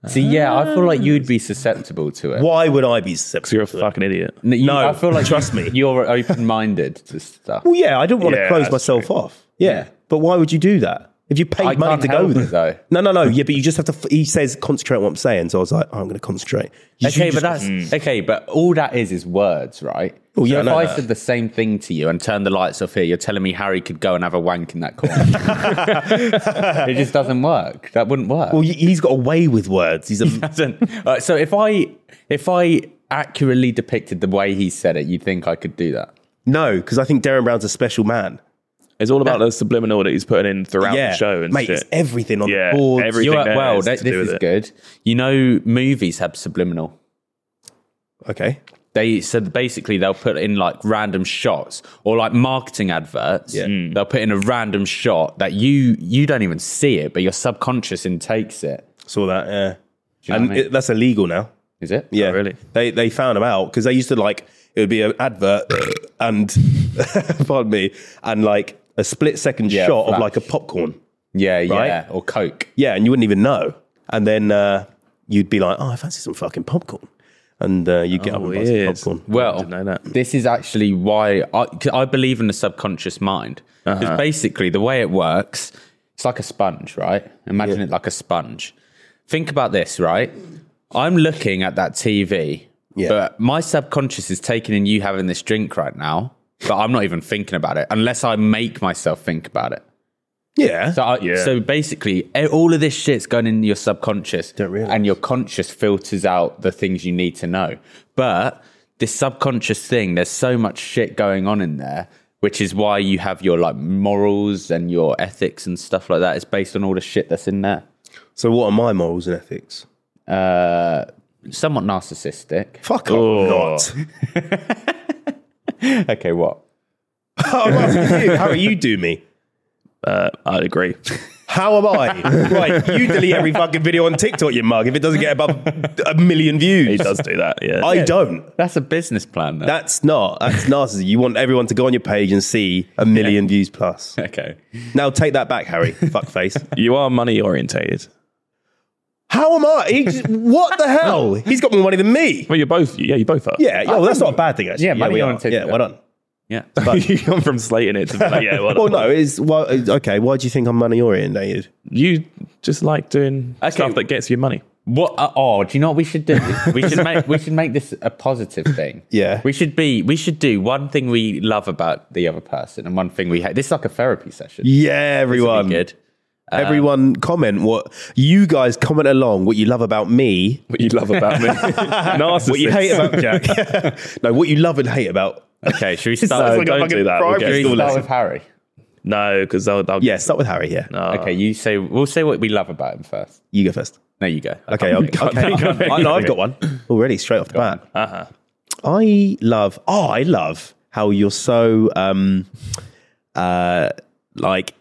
Speaker 3: See, yeah, I feel like you'd be
Speaker 4: Ah.
Speaker 3: susceptible to it.
Speaker 2: Why would I be susceptible?"
Speaker 4: You're a
Speaker 2: to it?
Speaker 4: fucking idiot.
Speaker 3: No, you-
Speaker 2: No,
Speaker 3: I feel like
Speaker 2: trust me.
Speaker 3: You're open-minded to stuff.
Speaker 2: Well, yeah, I don't want to
Speaker 4: Yeah,
Speaker 2: close
Speaker 4: that's
Speaker 2: myself off. Yeah. but why would you do that? If you paid
Speaker 3: I
Speaker 2: money
Speaker 3: can't
Speaker 2: to go
Speaker 3: help
Speaker 2: with
Speaker 3: it,
Speaker 2: it,
Speaker 3: though.
Speaker 2: No, no, no. Yeah, but you just have to. F- he says concentrate on what I'm saying, so I was like, oh, I'm going to concentrate. You should
Speaker 3: Okay,
Speaker 2: just-
Speaker 3: but that's
Speaker 4: Mm.
Speaker 3: okay. But all that is is words, right?
Speaker 2: Well, yeah,
Speaker 3: so
Speaker 2: I
Speaker 3: if
Speaker 2: know
Speaker 3: I
Speaker 2: that.
Speaker 3: said the same thing to you and turned the lights off here, you're telling me Harry could go and have a wank in that corner. it just doesn't work. That wouldn't work.
Speaker 2: Well, y- he's got away with words. He's a
Speaker 3: doesn't. Uh, so if I if I accurately depicted the way he said it, you think I could do that?
Speaker 2: no, because I think Darren Brown's a special man.
Speaker 4: It's all about the subliminal that he's putting in throughout
Speaker 2: yeah,
Speaker 4: the show and
Speaker 2: mate,
Speaker 4: shit.
Speaker 2: it's everything on
Speaker 4: Yeah,
Speaker 2: the board.
Speaker 4: every-
Speaker 3: You're
Speaker 4: Everything
Speaker 3: like,
Speaker 4: there
Speaker 3: well,
Speaker 4: has
Speaker 3: that,
Speaker 4: to
Speaker 3: this
Speaker 4: do with
Speaker 3: is
Speaker 4: it.
Speaker 3: good. You know, movies have subliminal.
Speaker 2: okay,
Speaker 3: They so basically they'll put in like random shots or like marketing adverts.
Speaker 2: Yeah.
Speaker 3: They'll put in a random shot that you you don't even see it, but your subconscious intakes it.
Speaker 2: saw that. Yeah,
Speaker 3: you know
Speaker 2: and
Speaker 3: what I mean?
Speaker 2: it- that's illegal now.
Speaker 3: Is it?
Speaker 2: Yeah,
Speaker 4: really?
Speaker 2: They they found him out because they used to like it would be an advert and pardon me and like a split second
Speaker 3: Yeah,
Speaker 2: shot
Speaker 3: flash.
Speaker 2: of like a popcorn.
Speaker 3: Yeah,
Speaker 2: Right?
Speaker 3: yeah. Or Coke.
Speaker 2: Yeah, and you wouldn't even know. And then uh, you'd be like, oh, I fancy some fucking popcorn. And uh, you get up and buy some
Speaker 4: weird.
Speaker 2: popcorn.
Speaker 3: Well,
Speaker 4: didn't know that.
Speaker 3: this is actually why I, 'cause I believe in the subconscious mind. Because
Speaker 4: Uh-huh.
Speaker 3: basically, the way it works, it's like a sponge, right? Imagine it like a sponge. Think about this, right? I'm looking at that TV,
Speaker 2: Yeah.
Speaker 3: but my subconscious is taking in you having this drink right now, but I'm not even thinking about it unless I make myself think about it.
Speaker 2: Yeah.
Speaker 3: So, I, so basically, e- all of this shit's going in your subconscious,
Speaker 2: Don't realise.
Speaker 3: and your conscious filters out the things you need to know. But this subconscious thing, there's so much shit going on in there, which is why you have your like morals and your ethics and stuff like that. It's based on all the shit that's in there.
Speaker 2: So what are my morals and ethics?
Speaker 3: Uh, somewhat narcissistic.
Speaker 2: Fuck off. I'm Not.
Speaker 3: Oh. Okay, what?
Speaker 2: Oh, I'm asking you, How are you do me?
Speaker 4: Uh, I agree.
Speaker 2: How am I? right, you delete every fucking video on TikTok, you mug, if it doesn't get above a million
Speaker 4: he
Speaker 2: views.
Speaker 4: does do that. Yeah.
Speaker 2: I don't.
Speaker 3: That's a business plan. Though.
Speaker 2: That's not. That's narcissism. You want everyone to go on your page and see a million views plus.
Speaker 3: okay.
Speaker 2: Now take that back, Harry. Fuckface.
Speaker 4: you are money orientated.
Speaker 2: How am I? He just- what the hell? He's got more money than me.
Speaker 4: Well, you're both. Yeah, you both are.
Speaker 2: Yeah, yeah well, that's not a bad thing, actually.
Speaker 3: Yeah, money
Speaker 2: we
Speaker 3: on
Speaker 2: are.
Speaker 3: TikTok.
Speaker 2: Yeah, well done.
Speaker 3: Yeah.
Speaker 4: you come from slating it to be like, yeah. Well,
Speaker 2: Well, no, it's well, it's- okay. Why do you think I'm money orientated?
Speaker 4: you just like doing stuff that gets you money.
Speaker 3: What? Uh, oh, do you know what we should do? We should make we should make this a positive thing.
Speaker 2: Yeah.
Speaker 3: we should be we should do one thing we love about the other person and one thing we hate. This is like a therapy session.
Speaker 2: Yeah, everyone.
Speaker 3: Good.
Speaker 4: Um,
Speaker 2: Everyone comment what you guys comment along what you love about me,
Speaker 4: What you love about me, narcissist.
Speaker 2: what you hate about Jack. no, what you love and hate about.
Speaker 3: Okay, should we
Speaker 4: No,
Speaker 3: start?
Speaker 2: like a
Speaker 4: don't
Speaker 2: fucking
Speaker 4: do that. We'll
Speaker 2: primary
Speaker 4: get-
Speaker 3: should we start with Harry?
Speaker 4: no, because I'll, I'll
Speaker 2: Yeah, start with Harry. Yeah,
Speaker 3: okay, you say we'll say what we love about him first.
Speaker 2: you go first.
Speaker 3: No, you go. I
Speaker 2: Okay,
Speaker 3: can't
Speaker 2: I'll,
Speaker 3: think.
Speaker 2: okay. I, I know I've got one already straight off the bat. Uh-huh. I love. Oh, I love how you're so um, uh, like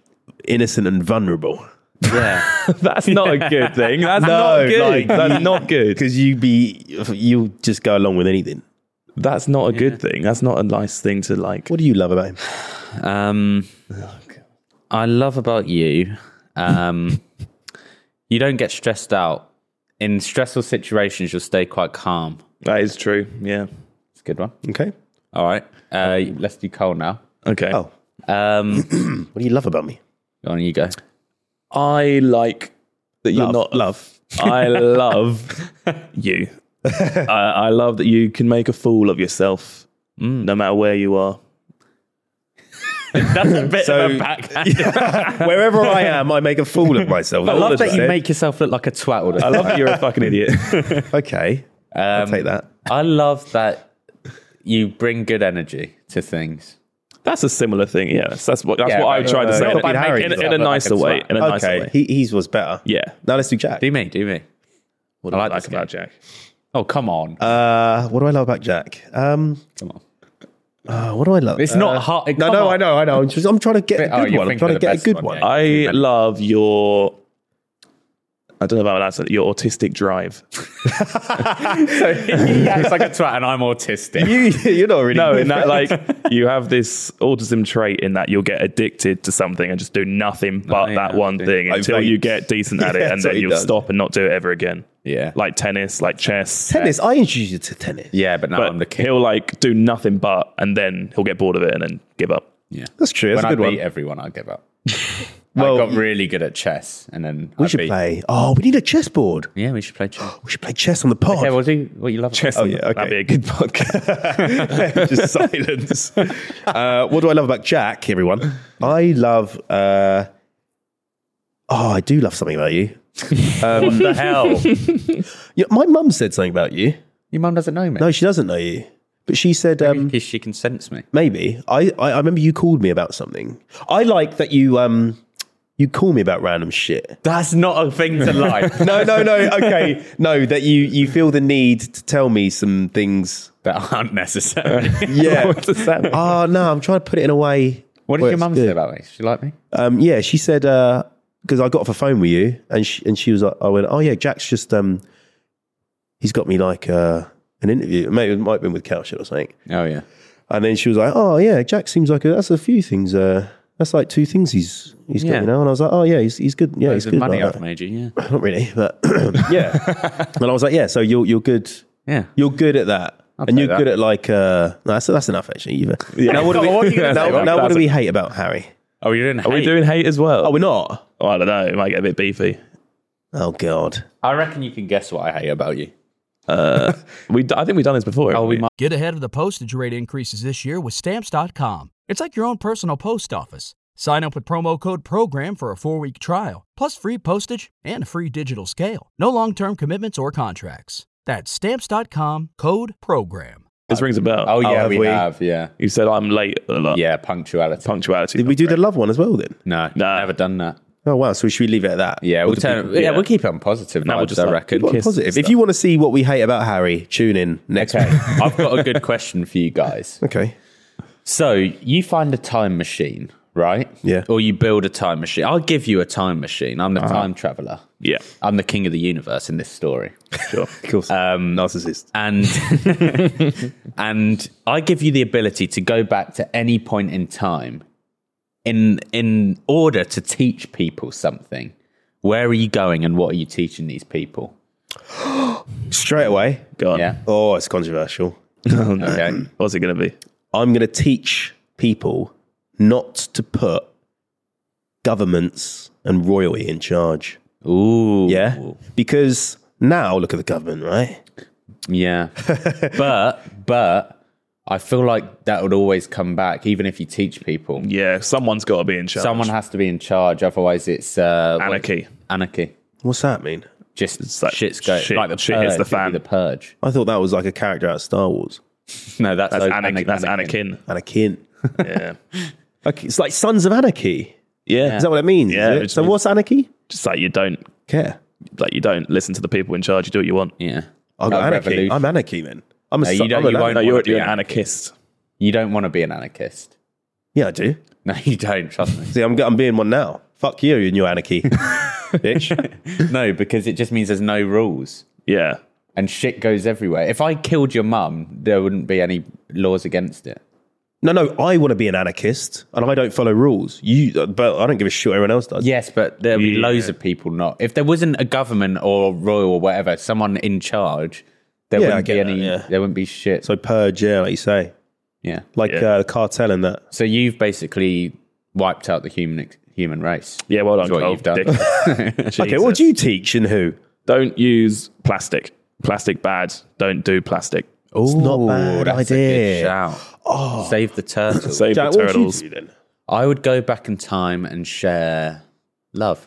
Speaker 2: innocent and vulnerable.
Speaker 3: Yeah,
Speaker 4: That's not a good thing. That's not good.
Speaker 2: like,
Speaker 4: that's not good.
Speaker 2: because you be you just go along with anything.
Speaker 4: That's not a good thing. That's not a nice thing to like.
Speaker 2: What do you love about him?
Speaker 3: Um, I love about you. Um, you don't get stressed out in stressful situations. You'll stay quite calm.
Speaker 4: That is true. Yeah.
Speaker 3: It's a good one.
Speaker 2: Okay.
Speaker 3: All right. Uh, let's do Cole now.
Speaker 4: Okay.
Speaker 2: Oh,
Speaker 3: Um,
Speaker 2: what do you love about me?
Speaker 3: go on, you go.
Speaker 4: I like that you're
Speaker 2: Love.
Speaker 4: not love. I love you. I, I love that you can make a fool of yourself, no matter where you are. That's a bit
Speaker 2: So- Wherever I am, I make a fool of myself.
Speaker 3: I love that you
Speaker 2: Said.
Speaker 3: make yourself look like a twat all the
Speaker 4: I
Speaker 3: time.
Speaker 4: love that you're a fucking idiot.
Speaker 2: Okay, I'll take that.
Speaker 3: I love that you bring good energy to things.
Speaker 4: That's a similar thing. Yes, that's what that's
Speaker 3: Yeah,
Speaker 4: what I
Speaker 3: but-
Speaker 4: tried to
Speaker 2: uh,
Speaker 4: say.
Speaker 2: not
Speaker 4: But
Speaker 2: being Harry
Speaker 4: in,
Speaker 2: does
Speaker 4: in,
Speaker 2: that,
Speaker 4: a
Speaker 3: but like
Speaker 4: nicer
Speaker 3: a
Speaker 4: way. In a nicer
Speaker 2: Okay,
Speaker 4: way.
Speaker 2: he, he's was better.
Speaker 4: Yeah.
Speaker 2: Now let's do Jack.
Speaker 3: Do me, do me.
Speaker 4: What
Speaker 3: I
Speaker 4: I
Speaker 3: like
Speaker 4: like,
Speaker 3: this
Speaker 4: about Jack.
Speaker 3: Oh, come on.
Speaker 2: Uh, what do I love about Jack? Um,
Speaker 3: come on.
Speaker 2: uh, what do I love?
Speaker 3: It's not hard.
Speaker 2: no,
Speaker 3: come
Speaker 2: no,
Speaker 3: on.
Speaker 2: I know, I know. I'm, just, I'm trying to get a
Speaker 3: Oh,
Speaker 2: good
Speaker 3: you're
Speaker 2: one. I'm
Speaker 3: thinking
Speaker 2: trying to
Speaker 3: of the
Speaker 2: get a
Speaker 3: best
Speaker 2: good
Speaker 3: one,
Speaker 2: one.
Speaker 3: yeah.
Speaker 4: I love your I don't know about that. So your autistic drive.
Speaker 3: So he acts like a twat and I'm autistic.
Speaker 2: You, you're not really.
Speaker 4: No, in that like you have this autism trait in that you'll get addicted to something and just do nothing
Speaker 2: Oh,
Speaker 4: but
Speaker 3: Nothing,
Speaker 4: that one
Speaker 3: nothing.
Speaker 4: thing
Speaker 2: I
Speaker 4: until you
Speaker 2: vapes.
Speaker 4: get decent at it,
Speaker 2: Yeah,
Speaker 4: and
Speaker 2: that's what
Speaker 4: then
Speaker 2: he
Speaker 4: you'll
Speaker 2: does.
Speaker 4: stop and not do it ever again.
Speaker 3: Yeah.
Speaker 4: like tennis, like chess,
Speaker 2: tennis. I introduced you to tennis.
Speaker 3: yeah, but now
Speaker 4: But
Speaker 3: I'm the king.
Speaker 4: he'll like do nothing but, and then he'll get bored of it and then give up.
Speaker 3: Yeah.
Speaker 2: That's true. That's
Speaker 3: when
Speaker 2: a good
Speaker 3: I
Speaker 2: one.
Speaker 3: beat everyone, I give up.
Speaker 2: Well-
Speaker 3: I got really good at chess, and then
Speaker 2: we
Speaker 3: I
Speaker 2: should
Speaker 3: beat-
Speaker 2: play. Oh, we need a chessboard.
Speaker 3: Yeah, we should play chess.
Speaker 2: We should play chess on the pod.
Speaker 3: yeah, we'll do what you love.
Speaker 4: Chess,
Speaker 2: Oh, yeah, okay.
Speaker 4: that'd be a good podcast.
Speaker 2: Just silence. Uh, what do I love about Jack, everyone? I love. Uh, oh, I do love something about you.
Speaker 4: what the hell?
Speaker 2: Yeah, my mum said something about you.
Speaker 3: Your mum doesn't know me.
Speaker 2: No, she doesn't know you, but she said um,
Speaker 3: because she can sense me.
Speaker 2: maybe. I, I I remember you called me about something. I like that you um you call me about random shit.
Speaker 3: That's not a thing to like.
Speaker 2: No, no, no. Okay, no. That you you feel the need to tell me some things.
Speaker 3: that aren't necessary.
Speaker 2: Yeah.
Speaker 4: what does that mean?
Speaker 2: Oh no, I'm trying to put it in a way.
Speaker 3: What did
Speaker 2: where
Speaker 3: your
Speaker 2: it's
Speaker 3: mum
Speaker 2: good.
Speaker 3: say about me? She like me?
Speaker 2: Um, yeah, she said because I got off a phone with you, and she and she was like, I went, oh yeah, Jack's just um, he's got me like uh, an interview. Maybe it might have been with Cowshed or something.
Speaker 3: Oh yeah.
Speaker 2: And then she was like, oh yeah, Jack seems like a, that's a few things. Uh, that's like two things he's he's got
Speaker 3: Yeah.
Speaker 2: you know. And I was like, oh yeah, he's he's good. Yeah, he's
Speaker 3: Loads of
Speaker 2: good.
Speaker 3: money
Speaker 2: like
Speaker 3: I've
Speaker 2: that."
Speaker 3: made you. Yeah.
Speaker 2: Not really, but yeah. and I was like, yeah, so you're you're good.
Speaker 3: Yeah.
Speaker 2: You're good at that. and
Speaker 3: take
Speaker 2: you're
Speaker 3: that.
Speaker 2: good at like uh, no, that's that's enough actually. Either. Now what do we
Speaker 4: What are you gonna
Speaker 2: now-
Speaker 4: say about
Speaker 2: now what
Speaker 4: that?
Speaker 2: do we hate about Harry?
Speaker 3: Oh, you're doing.
Speaker 4: Are we doing hate as well?
Speaker 2: Oh, we're not.
Speaker 4: Oh, I don't know. It might get a bit beefy.
Speaker 2: Oh God.
Speaker 3: I reckon you can guess what I hate about you.
Speaker 4: Uh, We, I think we've done this before.
Speaker 3: Oh,
Speaker 4: haven't
Speaker 3: we might.
Speaker 6: Get ahead of the postage rate increases this year with stamps.com. It's like your own personal post office. Sign up with promo code PROGRAM for a four week trial, plus free postage and a free digital scale. No long term commitments or contracts. That's stamps.com code PROGRAM.
Speaker 4: This rings a bell.
Speaker 3: Oh yeah,
Speaker 2: have
Speaker 3: we,
Speaker 2: we?
Speaker 3: have. Yeah.
Speaker 4: You said I'm late a lot.
Speaker 3: Yeah. Punctuality.
Speaker 4: Punctuality.
Speaker 2: Did we do the love one as well then?
Speaker 3: no,
Speaker 4: No.
Speaker 3: Never done that.
Speaker 2: Oh wow, so should we leave it at that?
Speaker 3: Yeah.
Speaker 2: Or
Speaker 3: We'll
Speaker 2: do
Speaker 3: turn.
Speaker 2: people-
Speaker 3: yeah,
Speaker 4: yeah.
Speaker 3: We'll keep it on positive
Speaker 4: No, we'll
Speaker 3: vibes.
Speaker 4: just,
Speaker 3: I
Speaker 4: like,
Speaker 3: reckon.
Speaker 4: keep on
Speaker 2: Well,
Speaker 4: kiss
Speaker 2: positive.
Speaker 4: stuff.
Speaker 2: If you want to see what we hate about Harry, tune in next
Speaker 3: Okay.
Speaker 2: week.
Speaker 3: I've got a good question for you guys.
Speaker 2: Okay.
Speaker 3: So you find a time machine, right?
Speaker 2: Yeah.
Speaker 3: Or you build a time machine. I'll give you a time machine. I'm the time traveler.
Speaker 4: Yeah,
Speaker 3: I'm the king of the universe in this story.
Speaker 4: sure.
Speaker 2: Of course. Um, Narcissist.
Speaker 3: and and I give you the ability to go back to any point in time in in order to teach people something. Where are you going and what are you teaching these people?
Speaker 2: Straight away.
Speaker 4: Go on.
Speaker 3: Yeah.
Speaker 2: Oh, it's controversial.
Speaker 3: Okay.
Speaker 4: What's it going to be?
Speaker 2: I'm going to teach people not to put governments and royalty in charge.
Speaker 3: Ooh.
Speaker 2: Yeah. Because now look at the government, right?
Speaker 3: Yeah. but but I feel like that would always come back even if you teach people.
Speaker 4: Yeah, someone's got to be in charge.
Speaker 3: Someone has to be in charge otherwise it's uh what-
Speaker 4: Anarchy.
Speaker 3: anarchy.
Speaker 2: What's that mean?
Speaker 3: Just
Speaker 4: like
Speaker 3: shit's going
Speaker 4: shit-
Speaker 3: like the
Speaker 4: shit
Speaker 3: purge.
Speaker 4: hits the
Speaker 3: It'd be
Speaker 4: fan.
Speaker 3: The purge.
Speaker 2: I thought that was like a character out of Star Wars.
Speaker 3: No, that's
Speaker 4: That's
Speaker 3: like
Speaker 4: Anakin.
Speaker 3: Ana-
Speaker 4: That's Anakin.
Speaker 2: Anakin.
Speaker 4: Yeah.
Speaker 2: Okay, it's like Sons of Anarchy.
Speaker 4: Yeah.
Speaker 2: Is that what it means?
Speaker 4: Yeah,
Speaker 2: is
Speaker 4: it
Speaker 2: it?
Speaker 4: just
Speaker 2: So
Speaker 4: means-
Speaker 2: what's anarchy?
Speaker 4: Just like you don't,
Speaker 2: Care.
Speaker 4: like you don't listen to the people in charge. You do what you want.
Speaker 3: Yeah.
Speaker 2: I
Speaker 3: Like
Speaker 2: got anarchy.
Speaker 3: revolution.
Speaker 2: I'm anarchy then. I'm a
Speaker 3: you
Speaker 2: so-
Speaker 3: don't-
Speaker 2: I'm an
Speaker 3: you won't-
Speaker 2: anarchy.
Speaker 4: No, you're,
Speaker 3: wanna be
Speaker 4: you're an
Speaker 3: anarchist.
Speaker 4: anarchist.
Speaker 3: You don't want to be an anarchist.
Speaker 2: Yeah, I do.
Speaker 3: No, you don't. Trust me.
Speaker 2: See, I'm, I'm being one now. Fuck you and your anarchy, bitch.
Speaker 3: no, because it just means there's no rules
Speaker 4: Yeah.
Speaker 3: and shit goes everywhere. If I killed your mum, there wouldn't be any laws against it.
Speaker 2: No, no, I want to be an anarchist and I don't follow rules. You, but I don't give a shit what everyone else does.
Speaker 3: Yes, but there'd be
Speaker 4: Yeah.
Speaker 3: loads of people not. If there wasn't a government or royal or whatever, someone in charge, there
Speaker 2: Yeah, I
Speaker 3: wouldn't be
Speaker 2: get that,
Speaker 3: any.
Speaker 2: yeah.
Speaker 3: There wouldn't be shit.
Speaker 2: So purge, yeah, like you say,
Speaker 3: yeah.
Speaker 2: like
Speaker 4: Yeah.
Speaker 2: uh, the cartel and that.
Speaker 3: So you've basically wiped out the human ex- human race.
Speaker 4: Yeah. Well done,
Speaker 3: That's what
Speaker 4: Cole.
Speaker 3: you've done.
Speaker 4: Dick.
Speaker 2: Okay, what do you teach and who?
Speaker 4: Don't use plastic. Plastic bad. Don't do plastic.
Speaker 2: it's not bad
Speaker 3: that's
Speaker 2: idea.
Speaker 3: A good shout.
Speaker 2: Oh.
Speaker 3: Save the turtle.
Speaker 4: Save
Speaker 2: Jack,
Speaker 4: the
Speaker 2: what would you
Speaker 4: turtles.
Speaker 2: do then?
Speaker 3: I would go back in time and share love.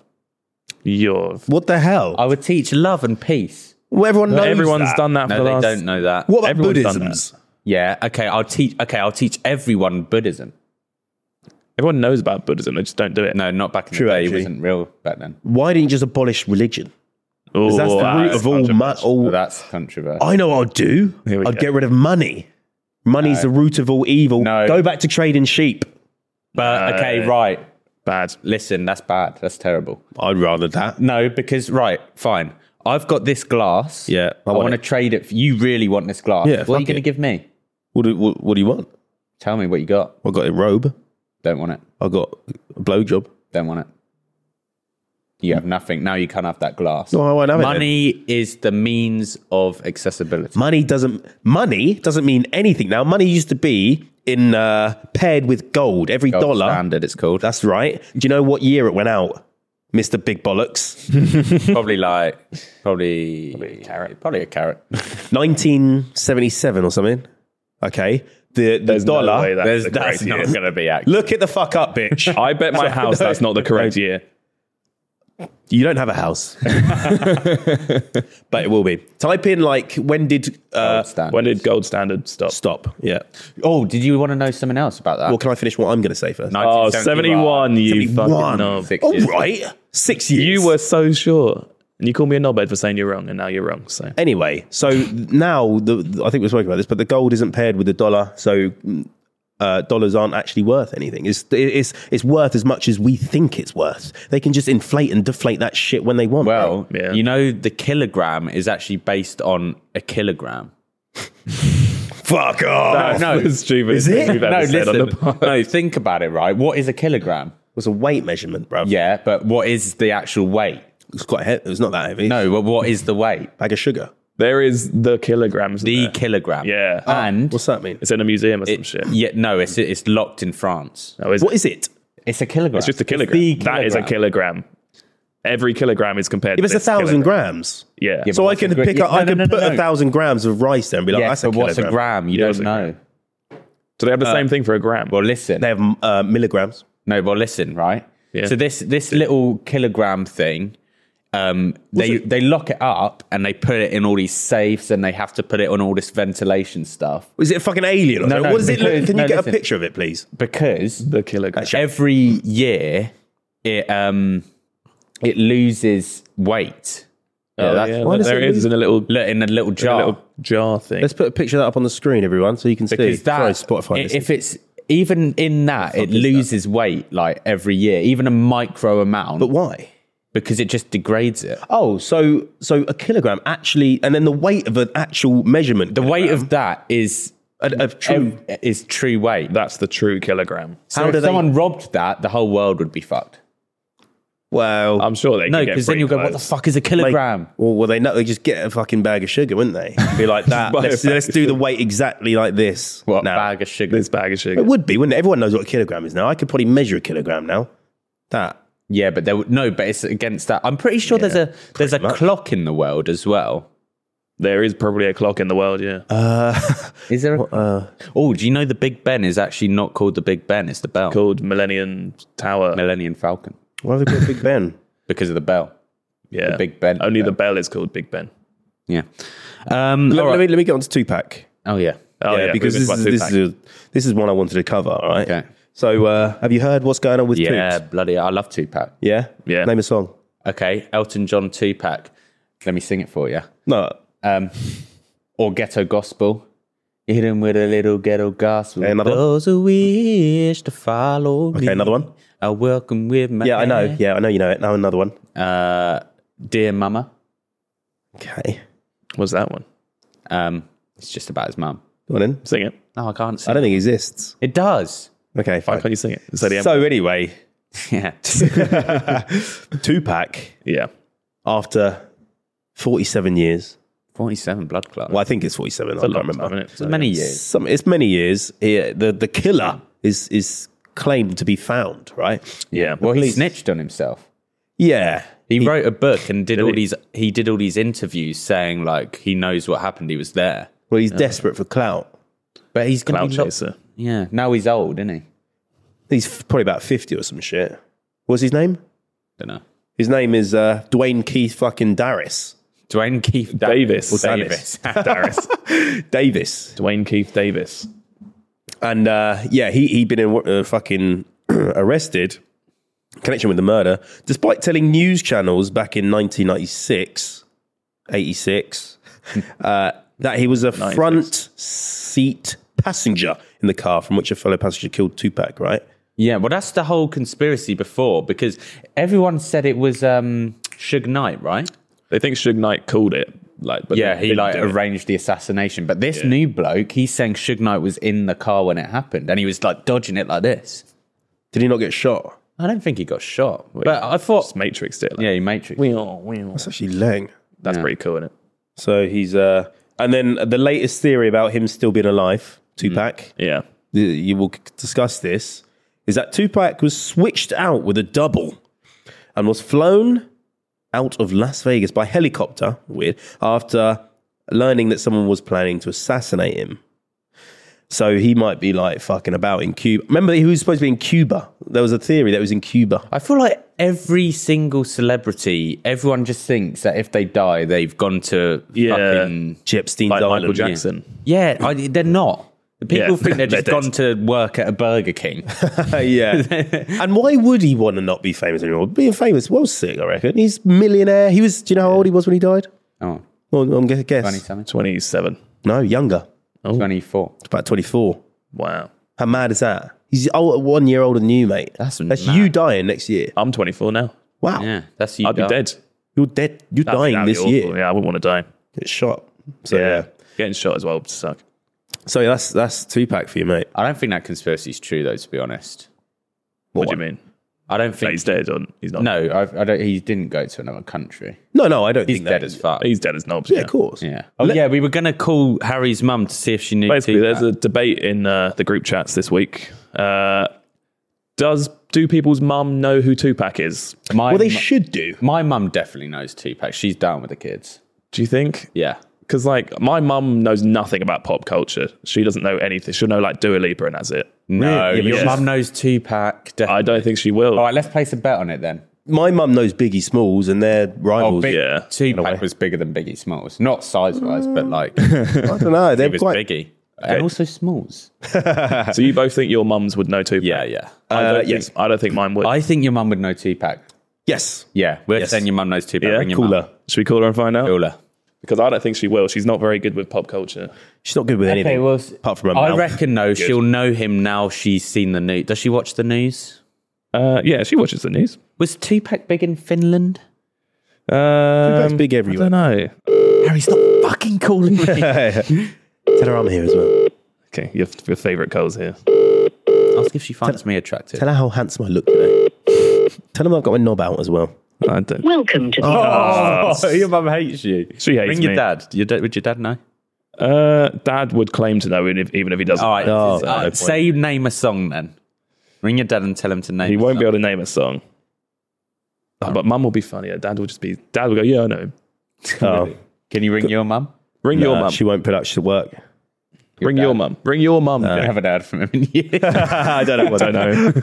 Speaker 4: You are
Speaker 2: What the hell?
Speaker 3: I would teach love and peace.
Speaker 2: well, everyone knows.
Speaker 4: everyone's
Speaker 2: that.
Speaker 4: done that for
Speaker 3: No,
Speaker 4: the
Speaker 3: they
Speaker 4: last.
Speaker 3: don't know that.
Speaker 2: What about
Speaker 4: everyone's done
Speaker 2: Buddhisms?
Speaker 3: Yeah. Okay. I'll teach. Okay. I'll teach everyone Buddhism.
Speaker 4: Everyone knows about Buddhism. They just don't do it.
Speaker 3: No, not back in
Speaker 2: True,
Speaker 3: the day.
Speaker 2: actually.
Speaker 3: It wasn't real back then.
Speaker 2: Why didn't you just abolish religion?
Speaker 4: Ooh,
Speaker 2: Because that's the root
Speaker 4: that's
Speaker 2: of all. Mu-
Speaker 4: controversial.
Speaker 2: all
Speaker 3: But that's controversial.
Speaker 2: I know what I'll do.
Speaker 4: Here we
Speaker 2: I'll
Speaker 4: go.
Speaker 2: get rid of money. Money's the root of all evil.
Speaker 3: No.
Speaker 2: Go back to trading sheep.
Speaker 3: But okay, right.
Speaker 4: Bad.
Speaker 3: Listen, that's bad. That's terrible.
Speaker 2: I'd rather that.
Speaker 3: No, because right, fine. I've got this glass.
Speaker 2: Yeah, I
Speaker 3: I,
Speaker 2: want
Speaker 3: want to
Speaker 2: it.
Speaker 3: trade it. For, you really want this glass?
Speaker 2: Yeah,
Speaker 3: What are
Speaker 2: fuck
Speaker 3: you going to
Speaker 2: it.
Speaker 3: give me?
Speaker 2: What do, what, what do you want?
Speaker 3: Tell me what you got.
Speaker 2: I got a robe.
Speaker 3: Don't want it.
Speaker 2: I got a blowjob.
Speaker 3: Don't want it. You have nothing now. You can't have that glass.
Speaker 2: No, I won't have it then.
Speaker 3: Money is the means of accessibility.
Speaker 2: Money doesn't money doesn't mean anything now. Money used to be in uh, paired with gold. Every
Speaker 3: Gold
Speaker 2: dollar.
Speaker 3: standard. It's called.
Speaker 2: That's right. Do you know what year it went out, Mister Big Bollocks?
Speaker 3: probably like probably probably a carrot. Probably a carrot.
Speaker 2: Nineteen seventy-seven or something. Okay. The, the
Speaker 4: no
Speaker 2: dollar.
Speaker 4: way that's
Speaker 2: there's-
Speaker 4: the
Speaker 2: that's not-
Speaker 4: correct year.
Speaker 3: going to be accurate.
Speaker 2: Look at the fuck up, bitch.
Speaker 4: I bet my house that's not the correct year.
Speaker 2: you don't have a house, but it will be. Type in like when did uh,
Speaker 3: Gold standard.
Speaker 4: When did gold standard stop?
Speaker 2: stop? Yeah.
Speaker 3: oh, did you want to know something else about that?
Speaker 2: Well, can I finish what I'm going to say first?
Speaker 4: Oh,
Speaker 3: 1971.
Speaker 4: 71, you fucking
Speaker 2: One.
Speaker 4: knob.
Speaker 3: Six
Speaker 2: All
Speaker 3: years.
Speaker 2: right. Six years.
Speaker 4: You were so sure. And you called me a knobhead for saying you're wrong, and now you're wrong. So
Speaker 2: Anyway, so now the, the- I think we spoke about this, but the gold isn't paired with the dollar, so mm, uh, dollars aren't actually worth anything. It's it's it's worth as much as we think it's worth. They can just inflate and deflate that shit when they want.
Speaker 3: Well,
Speaker 4: Yeah.
Speaker 3: you know, the kilogram is actually based on a kilogram.
Speaker 2: fuck off.
Speaker 3: No,
Speaker 4: That's the stupidest
Speaker 2: Is it?
Speaker 4: thing we've ever
Speaker 3: no,
Speaker 4: said on
Speaker 3: listen.
Speaker 4: the pod.
Speaker 3: No, think about it, right? What is a kilogram?
Speaker 2: It was a weight measurement, bro.
Speaker 3: Yeah, but what is the actual weight?
Speaker 2: it's quite heavy. It was not that heavy.
Speaker 3: No, but what is the weight?
Speaker 2: bag of sugar.
Speaker 4: There is the kilograms. isn't
Speaker 3: The
Speaker 4: there?
Speaker 3: kilogram.
Speaker 4: Yeah.
Speaker 3: And
Speaker 2: What's that mean?
Speaker 4: it's in a museum or some
Speaker 3: it,
Speaker 4: shit.
Speaker 3: yeah, no, it's it's locked in France.
Speaker 4: Oh, is it?
Speaker 2: What is it?
Speaker 3: It's a kilogram.
Speaker 4: It's just a kilogram.
Speaker 3: the
Speaker 4: That is a kilogram. Every kilogram is compared.
Speaker 2: It was
Speaker 4: to
Speaker 2: a
Speaker 4: this
Speaker 2: thousand
Speaker 4: kilogram.
Speaker 2: grams.
Speaker 4: Yeah.
Speaker 2: So I
Speaker 3: what's
Speaker 2: can
Speaker 3: a gra-
Speaker 2: pick
Speaker 3: yeah,
Speaker 2: up.
Speaker 3: no,
Speaker 2: I
Speaker 3: no,
Speaker 2: can
Speaker 3: no, no,
Speaker 2: put
Speaker 3: no.
Speaker 2: a thousand grams of rice there and be like,
Speaker 3: Yeah,
Speaker 2: that's
Speaker 3: but
Speaker 2: a
Speaker 3: what's a
Speaker 2: kilogram.
Speaker 3: gram? You
Speaker 4: Yeah, it's
Speaker 3: don't
Speaker 4: a
Speaker 3: know.
Speaker 4: Do they have the same thing for a gram?
Speaker 3: Uh, Well, listen.
Speaker 2: They have uh, milligrams.
Speaker 3: No, well, listen, right?
Speaker 4: Yeah.
Speaker 3: So this this little kilogram thing, um, they they lock it up and they put it in all these safes and they have to put it on all this ventilation stuff
Speaker 2: Is it a fucking alien? Or
Speaker 3: No,
Speaker 2: something?
Speaker 3: no,
Speaker 2: what does it look?
Speaker 3: because-
Speaker 2: Can you
Speaker 3: no,
Speaker 2: get
Speaker 3: listen.
Speaker 2: a picture of it, please?
Speaker 3: because
Speaker 4: the kilogram.
Speaker 3: every year it um it loses weight. Yeah,
Speaker 4: Oh,
Speaker 3: that's-
Speaker 4: yeah,
Speaker 2: Why does
Speaker 4: there
Speaker 2: it
Speaker 4: it is
Speaker 2: leave-
Speaker 4: in a little,
Speaker 3: Look in a little jar.
Speaker 4: little jar thing.
Speaker 2: Let's put a picture of that up on the screen, everyone, so you can
Speaker 3: because
Speaker 2: see.
Speaker 3: that
Speaker 2: Sorry, Spotify.
Speaker 3: i-
Speaker 2: listeners.
Speaker 3: if it's even in that it loses weight like every year, even a micro amount,
Speaker 2: but why?
Speaker 3: because it just degrades it.
Speaker 2: Oh, so so a kilogram actually, and then the weight of an actual measurement.
Speaker 3: The weight of that is
Speaker 2: a, a true.
Speaker 3: ev- is true weight.
Speaker 4: That's the true kilogram.
Speaker 3: So
Speaker 2: How
Speaker 3: if
Speaker 2: do they-
Speaker 3: someone robbed that, the whole world would be fucked.
Speaker 2: well,
Speaker 4: I'm sure they.
Speaker 3: No,
Speaker 4: could get
Speaker 3: because then
Speaker 4: pretty
Speaker 3: you'll go, what the
Speaker 4: close.
Speaker 3: fuck is a
Speaker 2: like-
Speaker 3: kilogram?
Speaker 2: Well, well, they know they just get a fucking bag of sugar, wouldn't they? Be like that.
Speaker 4: buy a
Speaker 2: let's
Speaker 4: bag
Speaker 2: let's
Speaker 4: of
Speaker 2: do the weight exactly like this.
Speaker 3: What
Speaker 2: now.
Speaker 3: bag of sugar?
Speaker 4: This bag of sugar.
Speaker 2: It would be, wouldn't it? Everyone knows what a kilogram is now. I could probably measure a kilogram now. That.
Speaker 3: Yeah, but there would no, but it's against that. I'm pretty sure there's a there's a
Speaker 2: much.
Speaker 3: clock in the world as well.
Speaker 4: There is probably a clock in the world. Yeah.
Speaker 3: Is there? A, oh, do you know the Big Ben is actually not called the Big Ben? It's the bell.
Speaker 4: called Millennium Tower.
Speaker 3: Millennium Falcon
Speaker 2: Why have they got Big Ben?
Speaker 3: because of the bell.
Speaker 4: yeah.
Speaker 3: the Big Ben.
Speaker 4: Only the bell is called Big Ben.
Speaker 3: Yeah. Um,
Speaker 2: Let, let
Speaker 3: all right.
Speaker 2: me let me get on to Tupac.
Speaker 3: oh yeah.
Speaker 4: Oh yeah,
Speaker 2: because
Speaker 4: we
Speaker 2: this
Speaker 4: went
Speaker 2: is,
Speaker 4: by
Speaker 2: this is
Speaker 4: Tupac.
Speaker 2: a, this is one I wanted to cover. All right.
Speaker 3: Okay.
Speaker 2: So uh, have you heard what's going on with
Speaker 3: Yeah,
Speaker 2: Toots?
Speaker 3: bloody, I love Tupac.
Speaker 2: Yeah.
Speaker 4: Yeah.
Speaker 2: Name a song.
Speaker 3: Okay, Elton John Tupac. Let me sing it for you.
Speaker 2: No.
Speaker 3: um, or ghetto gospel. Hit him with a little ghetto gospel.
Speaker 2: Okay, another one.
Speaker 3: Those who wish to follow me.
Speaker 2: Okay, another one.
Speaker 3: I welcome with my
Speaker 2: Yeah, I know. Yeah, I know you know it. Now another one.
Speaker 3: Uh, dear mama.
Speaker 2: Okay.
Speaker 4: What's that one?
Speaker 3: Um, it's just about his mum.
Speaker 2: Go on in.
Speaker 4: Sing it.
Speaker 3: No, I can't
Speaker 2: I
Speaker 3: sing.
Speaker 2: don't think it exists.
Speaker 3: It does.
Speaker 2: Okay,
Speaker 4: Why
Speaker 2: fine.
Speaker 4: can't you sing it? So, the
Speaker 2: So anyway,
Speaker 3: Yeah.
Speaker 2: Tupac,
Speaker 4: yeah.
Speaker 2: after 47 years,
Speaker 3: 47 blood clot.
Speaker 2: well, I think it's 47. I
Speaker 4: A
Speaker 2: can't
Speaker 4: long
Speaker 2: remember.
Speaker 4: time, innit?
Speaker 3: So many years.
Speaker 2: Some, it's many years. eh, the the killer is is claimed to be found, right?
Speaker 4: Yeah.
Speaker 3: Well, he
Speaker 2: police-
Speaker 3: snitched on himself.
Speaker 2: Yeah.
Speaker 3: He, wrote a book and did all
Speaker 4: he?
Speaker 3: these. He did all these interviews saying like he knows what happened. He was there,
Speaker 2: Well, he's desperate for clout.
Speaker 3: but he's gonna
Speaker 4: Clout
Speaker 3: be locked-
Speaker 4: chaser.
Speaker 3: Yeah, now he's old, isn't he?
Speaker 2: He's f- probably about 50 or some shit. What's his name?
Speaker 3: Don't know.
Speaker 2: His name is uh, Dwayne Keith fucking Darris.
Speaker 3: Dwayne Keith Da-
Speaker 4: Davis.
Speaker 3: Or
Speaker 2: Davis.
Speaker 3: Davis.
Speaker 4: Darius.
Speaker 2: Davis.
Speaker 4: Dwayne Keith Davis.
Speaker 2: And uh, yeah, he he been in, uh, fucking arrested in connection with the murder, despite telling news channels back in 1996, 86, uh, that he was a front seat passenger in the car from which a fellow passenger killed Tupac. Right?
Speaker 3: Yeah, well, that's the whole conspiracy before because everyone said it was um, Suge Knight, right?
Speaker 4: They think Suge Knight called it. Like, but
Speaker 3: yeah,
Speaker 4: they
Speaker 3: he
Speaker 4: didn't
Speaker 3: like
Speaker 4: do it.
Speaker 3: arranged the assassination. But this new bloke, he's saying Suge Knight was in the car when it happened, and he was like dodging it like this.
Speaker 2: Did he not get shot?
Speaker 3: I don't think he got shot, but I thought,
Speaker 4: Just matrixed it. Like,
Speaker 3: yeah, he matrix.
Speaker 2: That's actually Leng.
Speaker 4: That's pretty cool, isn't it?
Speaker 2: So he's uh, and then the latest theory about him still being alive,
Speaker 4: Mm-hmm.
Speaker 2: Tupac.
Speaker 4: Yeah.
Speaker 2: y- You will c- discuss this. Is that Tupac was switched out with a double, and was flown out of Las Vegas by helicopter. Weird. After learning that someone was planning to assassinate him. So he might be like fucking about in Cuba. Remember, he was supposed to be in Cuba. There was a theory that he was in Cuba.
Speaker 3: I feel like every single celebrity, everyone just thinks that if they die, they've gone to
Speaker 4: Yeah.
Speaker 3: fucking
Speaker 2: Chipstein's
Speaker 4: Like
Speaker 2: Island.
Speaker 4: Michael Jackson.
Speaker 3: yeah. I, they're not. The people
Speaker 4: Yeah,
Speaker 3: think they've
Speaker 4: they're
Speaker 3: just gone to work at a Burger King.
Speaker 2: Uh, yeah. and why would he want to not be famous anymore? Being famous was sick, I reckon. He's millionaire. He was. Do you know how old he was when he died?
Speaker 3: Oh,
Speaker 2: Well, I'm gonna guess.
Speaker 3: 20 something,
Speaker 4: 27.
Speaker 2: No, younger.
Speaker 3: Oh. 24.
Speaker 2: About 24.
Speaker 4: Wow.
Speaker 2: How mad is that? He's old, one year older than you, mate.
Speaker 3: That's
Speaker 2: that's
Speaker 3: mad.
Speaker 2: you dying next year.
Speaker 4: I'm 24 now.
Speaker 2: Wow,
Speaker 3: Yeah, that's you.
Speaker 4: I'd be
Speaker 3: dog.
Speaker 4: dead.
Speaker 2: you're dead. You're
Speaker 4: That'd-
Speaker 2: dying
Speaker 4: that'd be
Speaker 2: this
Speaker 4: awful.
Speaker 2: year.
Speaker 4: Yeah, I wouldn't want to die.
Speaker 2: Get shot. So yeah.
Speaker 4: Getting shot as well would suck.
Speaker 2: So yeah, that's that's Tupac for you, mate.
Speaker 3: I don't think that conspiracy is true, though. To be honest,
Speaker 4: What, do you mean?
Speaker 3: I don't
Speaker 4: That
Speaker 3: think.
Speaker 4: he's dead or he's not?
Speaker 3: no, I, I don't. He didn't go to another country.
Speaker 2: No, no, I don't
Speaker 3: He's
Speaker 2: think
Speaker 3: dead
Speaker 2: that.
Speaker 3: as fuck.
Speaker 4: He's dead as knobs.
Speaker 2: yeah, of course.
Speaker 3: yeah. Oh yeah, we were gonna call Harry's mum to see if she knew.
Speaker 4: Basically,
Speaker 3: Tupac.
Speaker 4: there's a debate in uh, the group chats this week. Uh, does do people's mum know who Tupac is?
Speaker 3: my
Speaker 2: Well, they
Speaker 3: mu-
Speaker 2: should do.
Speaker 3: my mum definitely knows Tupac. She's down with the kids.
Speaker 4: Do you think?
Speaker 3: Yeah.
Speaker 4: Because like my mum knows nothing about pop culture. She doesn't know anything. She'll know like Dua Lipa and that's it.
Speaker 3: No,
Speaker 2: Really? Yeah, but
Speaker 3: your
Speaker 2: she's-
Speaker 3: mum knows Tupac. Definitely.
Speaker 4: I don't think she will.
Speaker 3: All right, let's place a bet on it then.
Speaker 2: My mum knows Biggie Smalls, and they're
Speaker 3: Oh,
Speaker 2: rivals.
Speaker 3: Big,
Speaker 4: yeah,
Speaker 3: Tupac was bigger than Biggie Smalls. Not size wise, but like
Speaker 2: I don't know.
Speaker 3: he
Speaker 2: They're
Speaker 3: was
Speaker 2: quite.
Speaker 3: Biggie. And also Smalls.
Speaker 4: So you both think your mums would know Tupac?
Speaker 3: Yeah, yeah.
Speaker 4: I don't,
Speaker 2: Uh,
Speaker 4: think,
Speaker 2: yes.
Speaker 4: I don't think mine would.
Speaker 3: I think your mum would know Tupac.
Speaker 2: Yes.
Speaker 3: Yeah, we're
Speaker 2: Yes.
Speaker 3: saying your mum knows Tupac.
Speaker 4: Yeah,
Speaker 3: Ring your
Speaker 2: cooler.
Speaker 3: mum.
Speaker 4: Should we call her and find out?
Speaker 3: Cooler.
Speaker 4: Because I don't think she will. She's not very good with pop culture.
Speaker 2: She's not good with anything. apart from her
Speaker 3: I
Speaker 2: mouth.
Speaker 3: reckon though she'll know him now. She's seen the news. Does she watch the news?
Speaker 4: Uh, yeah, she watches the news.
Speaker 3: Was Tupac big in Finland?
Speaker 4: Um,
Speaker 2: Tupac's big everywhere.
Speaker 4: I don't know.
Speaker 3: Harry, stop fucking calling me.
Speaker 2: Tell her I'm here as well.
Speaker 4: Okay, your, your favorite Cole's here.
Speaker 3: Ask if she finds me attractive.
Speaker 2: Tell her how handsome I look today. Tell them I've got my knob out as well.
Speaker 4: I don't.
Speaker 7: Welcome to the
Speaker 3: oh, your mum hates you.
Speaker 4: She hates
Speaker 3: Ring your
Speaker 4: me.
Speaker 3: dad. Your dad. Would your dad know?
Speaker 4: Uh, Dad would claim to know, even if, even if he doesn't.
Speaker 3: All right.
Speaker 2: Oh,
Speaker 4: uh,
Speaker 3: all right,
Speaker 2: no point.
Speaker 3: say you name a song then. Ring your dad and tell him to name.
Speaker 4: He
Speaker 3: a
Speaker 4: won't be
Speaker 3: song.
Speaker 4: able to name a song. Oh, but Mum will be funnier. Dad will just be. Dad will go. Yeah, I know. him."
Speaker 2: Oh,
Speaker 3: Can you ring your mum?
Speaker 4: Ring your mum.
Speaker 2: She won't put up. She'll work.
Speaker 4: Ring your mum. Ring your mum.
Speaker 3: I haven't heard from him in years.
Speaker 2: I don't know. What
Speaker 4: I don't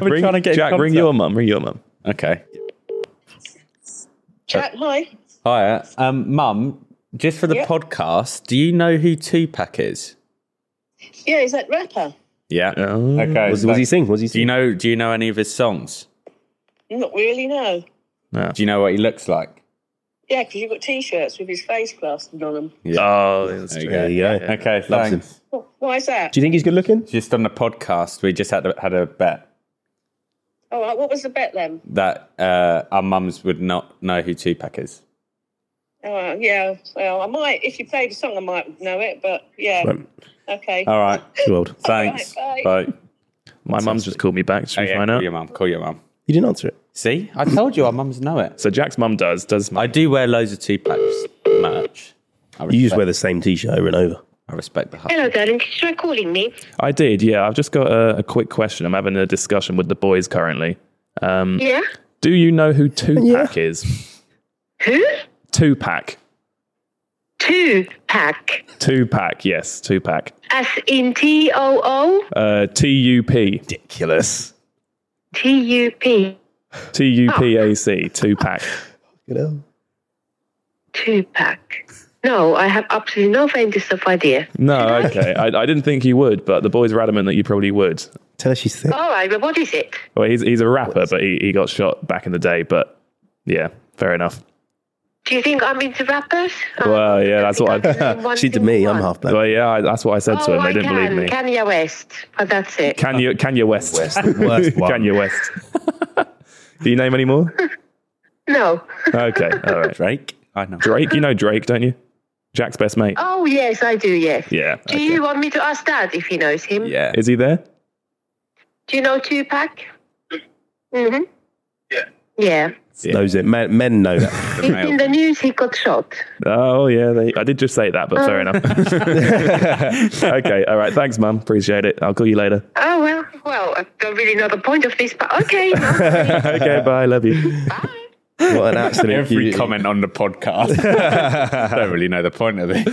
Speaker 4: know. Ring,
Speaker 3: trying to get in
Speaker 4: Jack.
Speaker 3: contact.
Speaker 4: Ring your mum. Ring your mum.
Speaker 3: okay.
Speaker 7: Jack. Hi.
Speaker 3: Hi, um, mum. Just for the
Speaker 7: Yeah.
Speaker 3: podcast, do you know who Tupac is?
Speaker 7: Yeah, is that rapper?
Speaker 3: Yeah.
Speaker 4: Oh.
Speaker 3: Okay.
Speaker 2: Was, was he sing? Was he
Speaker 3: Do you
Speaker 2: sing?
Speaker 3: know? Do you know any of his songs?
Speaker 7: Not really, no.
Speaker 3: Do you know what he looks like?
Speaker 7: Yeah, because you've got T-shirts with his face plastered on them.
Speaker 4: Oh, that's
Speaker 3: There you
Speaker 4: true.
Speaker 3: go.
Speaker 2: There you go.
Speaker 3: Okay,
Speaker 2: Loves
Speaker 3: thanks.
Speaker 7: Why is that?
Speaker 2: Do you think he's good looking?
Speaker 3: Just on the podcast, we just had a, had a bet
Speaker 7: All right, what was the bet then?
Speaker 3: that uh, our mums would not know who Tupac is.
Speaker 7: All right, yeah, well, I might, if you played a song, I might know it, but yeah.
Speaker 2: Right.
Speaker 7: Okay.
Speaker 3: All right,
Speaker 2: Too old.
Speaker 3: thanks.
Speaker 7: Alright,
Speaker 3: bye.
Speaker 4: My mum's just called me back. Should
Speaker 3: Oh,
Speaker 4: we
Speaker 3: yeah,
Speaker 4: find
Speaker 3: call
Speaker 4: out?
Speaker 3: your mum. Call your mum.
Speaker 2: You didn't answer it.
Speaker 3: See, I told you our mums know it.
Speaker 4: So Jack's mum does. Does
Speaker 3: I do wear loads of Tupac's merch. I respect,
Speaker 2: You just wear the same T-shirt over and over.
Speaker 3: I respect the hustle.
Speaker 7: Hello, darling. Did you try calling me?
Speaker 4: I did? Yeah. I've just got a, a quick question. I'm having a discussion with the boys currently. Um,
Speaker 7: Yeah.
Speaker 4: do you know who Tupac is?
Speaker 7: Who?
Speaker 4: Tupac.
Speaker 7: Two pack.
Speaker 4: Tupac. Yes, Tupac.
Speaker 7: As in T O O
Speaker 4: Uh, T U P.
Speaker 2: Ridiculous.
Speaker 7: T U P.
Speaker 4: T U P A C. Tupac.
Speaker 2: You know.
Speaker 7: Two pack. No, I have absolutely no faintest of idea.
Speaker 4: No, okay. I, I didn't think you would, but the boys were adamant that you probably would.
Speaker 2: Tell her she's thick.
Speaker 7: All right, but what is it?
Speaker 4: Well, he's he's a rapper, but he, he got shot back in the day. But yeah, fair enough.
Speaker 7: Do you think I'm into rappers? Oh.
Speaker 4: Well, yeah, that's what I.
Speaker 7: I.
Speaker 2: She to me, I'm half black.
Speaker 4: Well, yeah, I, that's what I said to
Speaker 7: Oh,
Speaker 4: him. They
Speaker 7: I
Speaker 4: didn't
Speaker 7: can.
Speaker 4: believe me.
Speaker 7: Kanye West. Oh, that's it.
Speaker 4: Kanye, Kanye West.
Speaker 2: worst one.
Speaker 4: Kanye West. Do you name any more?
Speaker 7: no.
Speaker 4: Okay, all right.
Speaker 3: Drake. I know.
Speaker 4: Drake, you know Drake, don't you? Jack's best mate.
Speaker 7: Oh, yes, I do, yes.
Speaker 4: Yeah.
Speaker 7: Do you want me to ask Dad if he knows him?
Speaker 3: Yeah.
Speaker 4: Is he there?
Speaker 7: Do you know Tupac? Mm-hmm. Yeah.
Speaker 2: Knows it. Men, men know that.
Speaker 7: Yeah. In, in the news, he got shot.
Speaker 4: Oh yeah, they, I did just say that, but
Speaker 7: Oh.
Speaker 4: fair enough. okay, all right. Thanks, Mum. Appreciate it. I'll call you later.
Speaker 7: Oh, well, well, I don't really know the point of this, but okay. no.
Speaker 4: okay, bye. Love you.
Speaker 7: Bye.
Speaker 2: What an absolute
Speaker 3: Every
Speaker 2: beauty.
Speaker 3: comment on the podcast. Don't really know the point of it.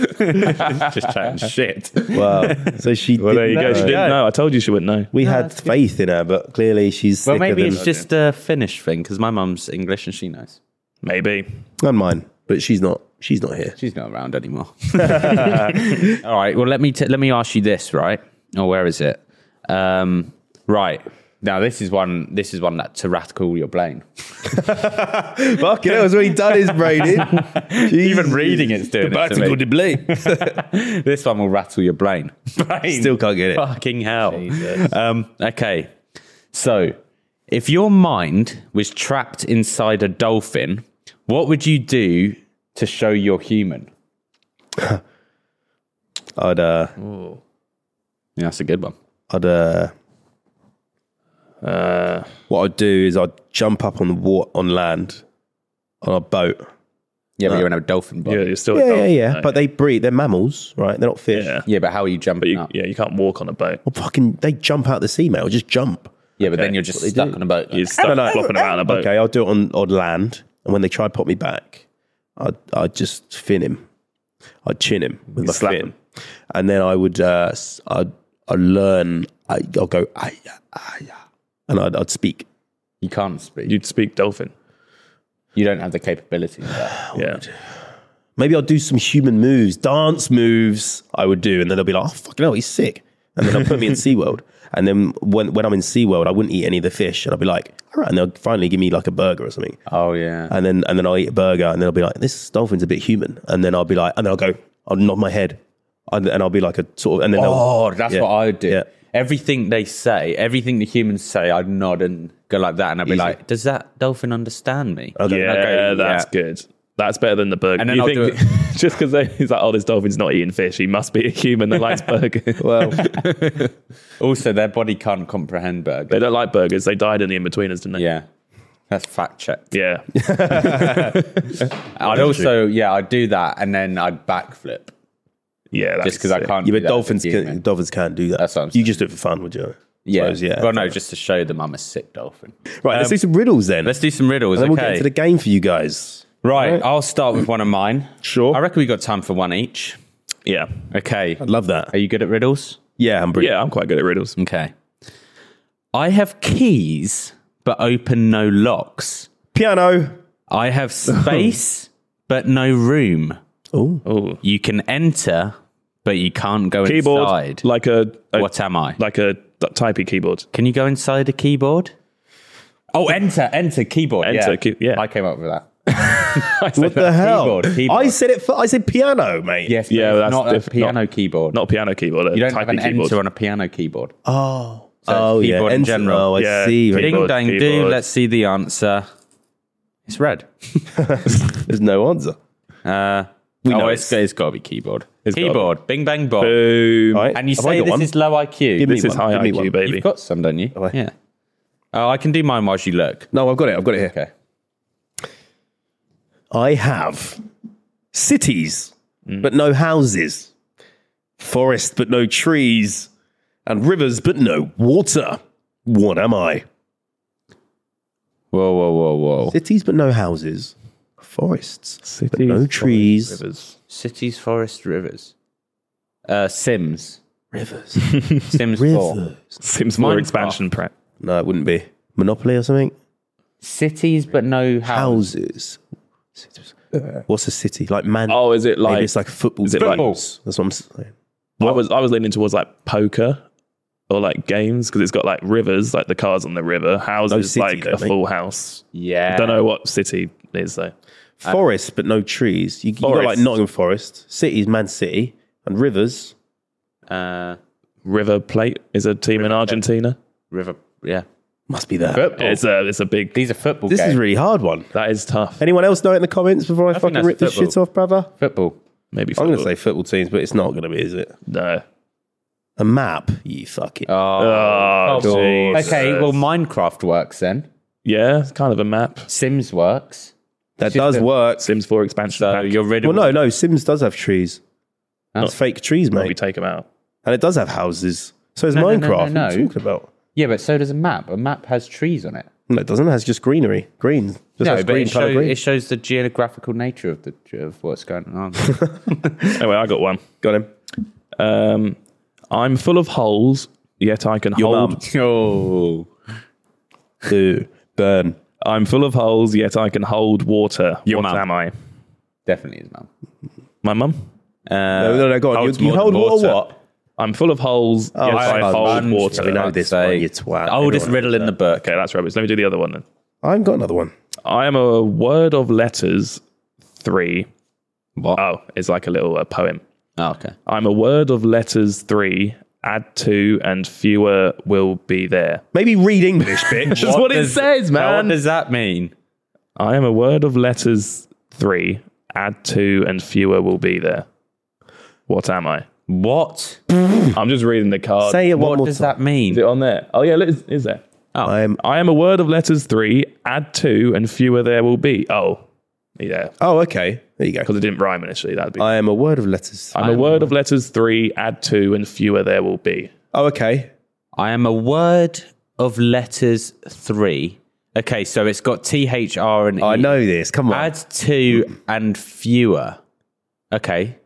Speaker 3: Just chatting shit.
Speaker 2: Wow. So she.
Speaker 4: Well, there you
Speaker 2: didn't
Speaker 4: go. She
Speaker 2: know.
Speaker 4: didn't know. I told you she wouldn't know.
Speaker 2: We had faith in her, but clearly she's.
Speaker 3: Well,
Speaker 2: thicker
Speaker 3: maybe
Speaker 2: than,
Speaker 3: it's just a Finnish thing because my mum's English and she knows.
Speaker 4: Maybe.
Speaker 2: on mine, but she's not. She's not here.
Speaker 3: She's not around anymore. All right. Well, let me t- let me ask you this, right? Oh, where is it? Um, right. Now this is one. This is one that to radical your brain.
Speaker 2: Fucking hell, it's already done his brain in.
Speaker 3: Even reading it's doing it to me.
Speaker 2: debate.
Speaker 3: This one will rattle your brain. brain.
Speaker 2: Still can't get it.
Speaker 3: Fucking hell. Um, okay. So, if your mind was trapped inside a dolphin, what would you do to show you're human?
Speaker 2: I'd uh,
Speaker 3: Yeah, that's a good one.
Speaker 2: I'd uh, uh, what I'd do is I'd jump up on the water on land on a boat.
Speaker 3: Yeah, but you're in a dolphin body. Uh,
Speaker 4: Yeah,
Speaker 3: Yeah,
Speaker 4: you're still. a
Speaker 2: Yeah, yeah,
Speaker 4: dog.
Speaker 2: yeah.
Speaker 4: No,
Speaker 2: But they breathe. They're mammals, right? They're not fish.
Speaker 4: Yeah.
Speaker 3: but how are you
Speaker 4: But
Speaker 3: jumping
Speaker 4: you,
Speaker 3: up?
Speaker 4: yeah, you can't walk on a boat.
Speaker 2: Well, fucking, they jump out the sea, mate. Or just jump.
Speaker 3: Yeah, but then you're just stuck on a boat.
Speaker 4: You're stuck flopping around on a boat.
Speaker 2: Okay, I'll do it on, on land. And when they try to put me back, I'd, I'd just fin him. I'd chin him with my
Speaker 4: slap
Speaker 2: fin. And then I would, uh, s- I'd, I'd learn, I, I'll go, aya, aya, and I'd, I'd speak.
Speaker 3: You can't speak. You,
Speaker 4: You'd speak dolphin.
Speaker 3: don't have the capability of that.
Speaker 4: Yeah.
Speaker 2: Maybe I'll do some human moves, dance moves I would do. And then they'll be like, oh, fucking hell, he's sick. And then they'll put me in SeaWorld. And then when, when I'm in SeaWorld, I wouldn't eat any of the fish. And I'll be like, all right. And they'll finally give me like a burger or something.
Speaker 3: Oh, yeah.
Speaker 2: and then and then I'll eat a burger, and then I'll be like, this dolphin's a bit human, and then I'll be like, and then I'll go, I'll nod my head, and, and I'll be like a sort of, and then they'll,
Speaker 3: Oh, that's
Speaker 2: Yeah.
Speaker 3: what I would do.
Speaker 2: Yeah.
Speaker 3: Everything they say, everything the humans say, I'd nod and go like that. And I'd be like, does that dolphin understand me?
Speaker 4: Yeah,
Speaker 3: Okay,
Speaker 4: that's
Speaker 3: yeah.
Speaker 4: good. That's better than the burger.
Speaker 3: And then
Speaker 4: you
Speaker 3: I'll
Speaker 4: think
Speaker 3: do
Speaker 4: just because he's like, oh, this dolphin's not eating fish, he must be a human that likes burgers.
Speaker 2: well,
Speaker 3: Also, their body can't comprehend burger.
Speaker 4: they don't like burgers. They died in the in-betweeners, didn't they?
Speaker 3: Yeah. That's fact checked.
Speaker 4: Yeah.
Speaker 3: I'd also, yeah, I'd do that and then I'd backflip
Speaker 4: Yeah. that's
Speaker 3: just because I
Speaker 4: it.
Speaker 3: can't.
Speaker 2: yeah,
Speaker 3: do
Speaker 2: but
Speaker 3: that as a
Speaker 2: dolphins can
Speaker 3: human.
Speaker 2: dolphins can't do that.
Speaker 3: That's what I'm
Speaker 2: you just do it for fun, would you?
Speaker 3: Yeah.
Speaker 2: Suppose, yeah.
Speaker 3: Well, no, just to show them I'm a sick dolphin.
Speaker 2: Right, let's do some riddles then.
Speaker 3: Let's do some riddles.
Speaker 2: and then we'll get
Speaker 3: okay.
Speaker 2: into the game for you guys.
Speaker 3: right, I'll start with one of mine.
Speaker 2: Sure.
Speaker 3: I reckon we got time for one each.
Speaker 4: Yeah.
Speaker 3: Okay.
Speaker 2: I'd love that.
Speaker 3: Are you good at riddles?
Speaker 2: Yeah, I'm brilliant.
Speaker 4: Yeah, I'm quite good at riddles.
Speaker 3: Okay. I have keys, but open no locks.
Speaker 2: Piano.
Speaker 3: I have space, but no room.
Speaker 4: Oh,
Speaker 3: You can enter, but you can't go
Speaker 4: keyboard
Speaker 3: inside.
Speaker 4: like a, a-
Speaker 3: what am I?
Speaker 4: like a typey keyboard.
Speaker 3: Can you go inside a keyboard? Oh, enter, enter, keyboard.
Speaker 4: Enter,
Speaker 3: yeah.
Speaker 4: key- yeah.
Speaker 3: I came up with that.
Speaker 2: What the hell?
Speaker 3: Keyboard, keyboard.
Speaker 2: I said it. For, I said piano, mate.
Speaker 3: Yes,
Speaker 4: Yeah,
Speaker 3: yeah,
Speaker 4: that's
Speaker 3: not
Speaker 4: diff-
Speaker 3: a piano
Speaker 4: not-
Speaker 3: keyboard.
Speaker 4: Not a piano keyboard. A
Speaker 3: you don't
Speaker 4: typey
Speaker 3: have an
Speaker 4: keyboard.
Speaker 3: enter on a piano keyboard.
Speaker 2: Oh.
Speaker 3: it's
Speaker 2: oh yeah.
Speaker 3: keyboard in
Speaker 2: Enter-
Speaker 3: general.
Speaker 2: Oh, I
Speaker 4: Yeah,
Speaker 2: see.
Speaker 4: keyboard.
Speaker 3: Ding dang do.
Speaker 4: keyboard.
Speaker 3: Let's see the answer. It's red.
Speaker 2: There's no answer.
Speaker 3: Uh,
Speaker 2: know
Speaker 3: oh, it's, it's got to be keyboard.
Speaker 4: gotta
Speaker 3: keyboard. Bing bang bong.
Speaker 4: Boom.
Speaker 2: All right.
Speaker 3: And you
Speaker 2: Have I
Speaker 3: say
Speaker 2: got
Speaker 3: this
Speaker 2: one?
Speaker 3: is low IQ.
Speaker 2: Give me
Speaker 4: This is
Speaker 2: one. Give
Speaker 4: high
Speaker 2: me
Speaker 4: IQ,
Speaker 2: one.
Speaker 4: baby.
Speaker 3: You've got some, don't you?
Speaker 2: I?
Speaker 3: Yeah. Oh, I can do mine whilst you look.
Speaker 2: No, I've got it. I've got it here.
Speaker 3: Okay.
Speaker 2: I have cities, but no houses, forests, but no trees, and rivers, but no water. What am I?
Speaker 3: Whoa, whoa, whoa, whoa.
Speaker 2: Cities, but no houses, forests, but
Speaker 4: Cities,
Speaker 2: no
Speaker 4: forests,
Speaker 2: trees,
Speaker 4: rivers.
Speaker 3: Cities, forests, rivers. Uh, Sims.
Speaker 2: rivers,
Speaker 3: Sims 4.
Speaker 2: rivers.
Speaker 4: Sims 4
Speaker 3: Minecraft.
Speaker 4: expansion pack.
Speaker 2: No, it wouldn't be Monopoly or something.
Speaker 3: Cities, but no house.
Speaker 2: Houses. Cities. What's a city like? Man.
Speaker 4: Oh, is it
Speaker 2: Maybe
Speaker 4: like?
Speaker 2: it's like football.
Speaker 4: is it like-
Speaker 2: teams. That's what I'm saying.
Speaker 4: I was I was leaning towards like poker or like games because it's got like rivers, like the cars on the river, houses,
Speaker 2: city,
Speaker 4: like
Speaker 2: though,
Speaker 4: a
Speaker 2: mate.
Speaker 4: full house.
Speaker 3: Yeah.
Speaker 4: Don't know what city it is though.
Speaker 2: Forest, but no trees. You, you got like
Speaker 4: Forest.
Speaker 2: Nottingham Forest, cities, Man City, and rivers.
Speaker 3: Uh,
Speaker 4: River Plate is a team in Argentina.
Speaker 3: River. Yeah.
Speaker 2: Must be there.
Speaker 3: Oh,
Speaker 4: It's a it's a big.
Speaker 3: These are football
Speaker 2: This
Speaker 3: games.
Speaker 2: is really hard one.
Speaker 4: that is tough.
Speaker 2: Anyone else know it in the comments before I,
Speaker 3: think
Speaker 2: fucking
Speaker 3: that's
Speaker 2: rip this
Speaker 3: football.
Speaker 2: shit off, brother?
Speaker 3: football.
Speaker 4: Maybe
Speaker 2: I'm
Speaker 4: football.
Speaker 2: going to say football teams, but it's not going to be, is it?
Speaker 4: no.
Speaker 2: A map, you fucking.
Speaker 3: Oh,
Speaker 4: Oh,
Speaker 3: God.
Speaker 4: Jesus.
Speaker 3: Okay, well, Minecraft works then.
Speaker 4: Yeah, it's kind of a map.
Speaker 3: Sims works.
Speaker 2: that does work.
Speaker 4: Sims 4 expansion.
Speaker 2: Uh,
Speaker 3: So
Speaker 4: pack.
Speaker 3: you're rid
Speaker 2: Well,
Speaker 3: of.
Speaker 2: no, no. Sims does have trees. That's fake trees,
Speaker 4: we
Speaker 2: mate.
Speaker 4: take them out.
Speaker 2: and it does have houses. So is
Speaker 3: No, no, no, no,
Speaker 2: Minecraft. What are you
Speaker 3: no.
Speaker 2: talking about?
Speaker 3: Yeah, but so does a map. A map has trees on it.
Speaker 2: No, it doesn't. It has just greenery. Green. Just has
Speaker 3: No, but
Speaker 2: green
Speaker 3: it,
Speaker 2: colour
Speaker 3: show,
Speaker 2: green.
Speaker 3: it shows the geographical nature of the of what's going on.
Speaker 4: Anyway, I got one.
Speaker 2: Got him.
Speaker 4: Um, I'm full of holes, yet I can
Speaker 2: Your
Speaker 4: hold.
Speaker 2: mum.
Speaker 3: oh,
Speaker 2: Ooh, burn.
Speaker 4: I'm full of holes, yet I can hold water.
Speaker 3: Your
Speaker 4: what
Speaker 3: mum.
Speaker 4: am I?
Speaker 3: definitely is mum.
Speaker 4: My mum.
Speaker 2: No, no, no, go on.
Speaker 3: holds
Speaker 2: You, you
Speaker 3: more
Speaker 2: hold
Speaker 3: than
Speaker 2: water.
Speaker 3: water.
Speaker 2: what?
Speaker 4: I'm full of holes, yet I,
Speaker 2: sponge.
Speaker 4: hold
Speaker 2: Sponge.
Speaker 4: water.
Speaker 2: We know
Speaker 4: Okay,
Speaker 2: this one, you twat.
Speaker 3: Oldest
Speaker 2: Everyone
Speaker 3: riddle in the book.
Speaker 4: that's rubbish. Let me do the other one then.
Speaker 2: I've got another one.
Speaker 4: I am a word of letters three.
Speaker 3: What?
Speaker 4: Oh, it's like a little uh, poem.
Speaker 3: Oh, okay.
Speaker 4: I'm a word of letters three. Add two and fewer will be there.
Speaker 2: Maybe read English, bitch.
Speaker 4: That's what, it
Speaker 3: does-
Speaker 4: says,
Speaker 3: Now,
Speaker 4: man.
Speaker 3: what does that mean?
Speaker 4: I am a word of letters three. Add two and fewer will be there. What am I?
Speaker 3: What?
Speaker 4: I'm just reading the card.
Speaker 2: Say it one
Speaker 3: What
Speaker 2: more
Speaker 3: does
Speaker 2: time.
Speaker 3: that mean?
Speaker 4: Is it on there? Oh yeah, look, it's- is there?
Speaker 2: I'm,
Speaker 4: I am a word of letters three. Add two and fewer there will be. Oh, yeah,
Speaker 2: oh, okay. There you go.
Speaker 4: because it didn't rhyme initially. That'd be.
Speaker 2: I am a word of letters.
Speaker 4: I'm a word of letters three. Add two and fewer there will be.
Speaker 2: Oh, okay.
Speaker 3: I am a word of letters three. Okay, so it's got T H R and E.
Speaker 2: I know this. Come on.
Speaker 3: Add two and fewer. Okay.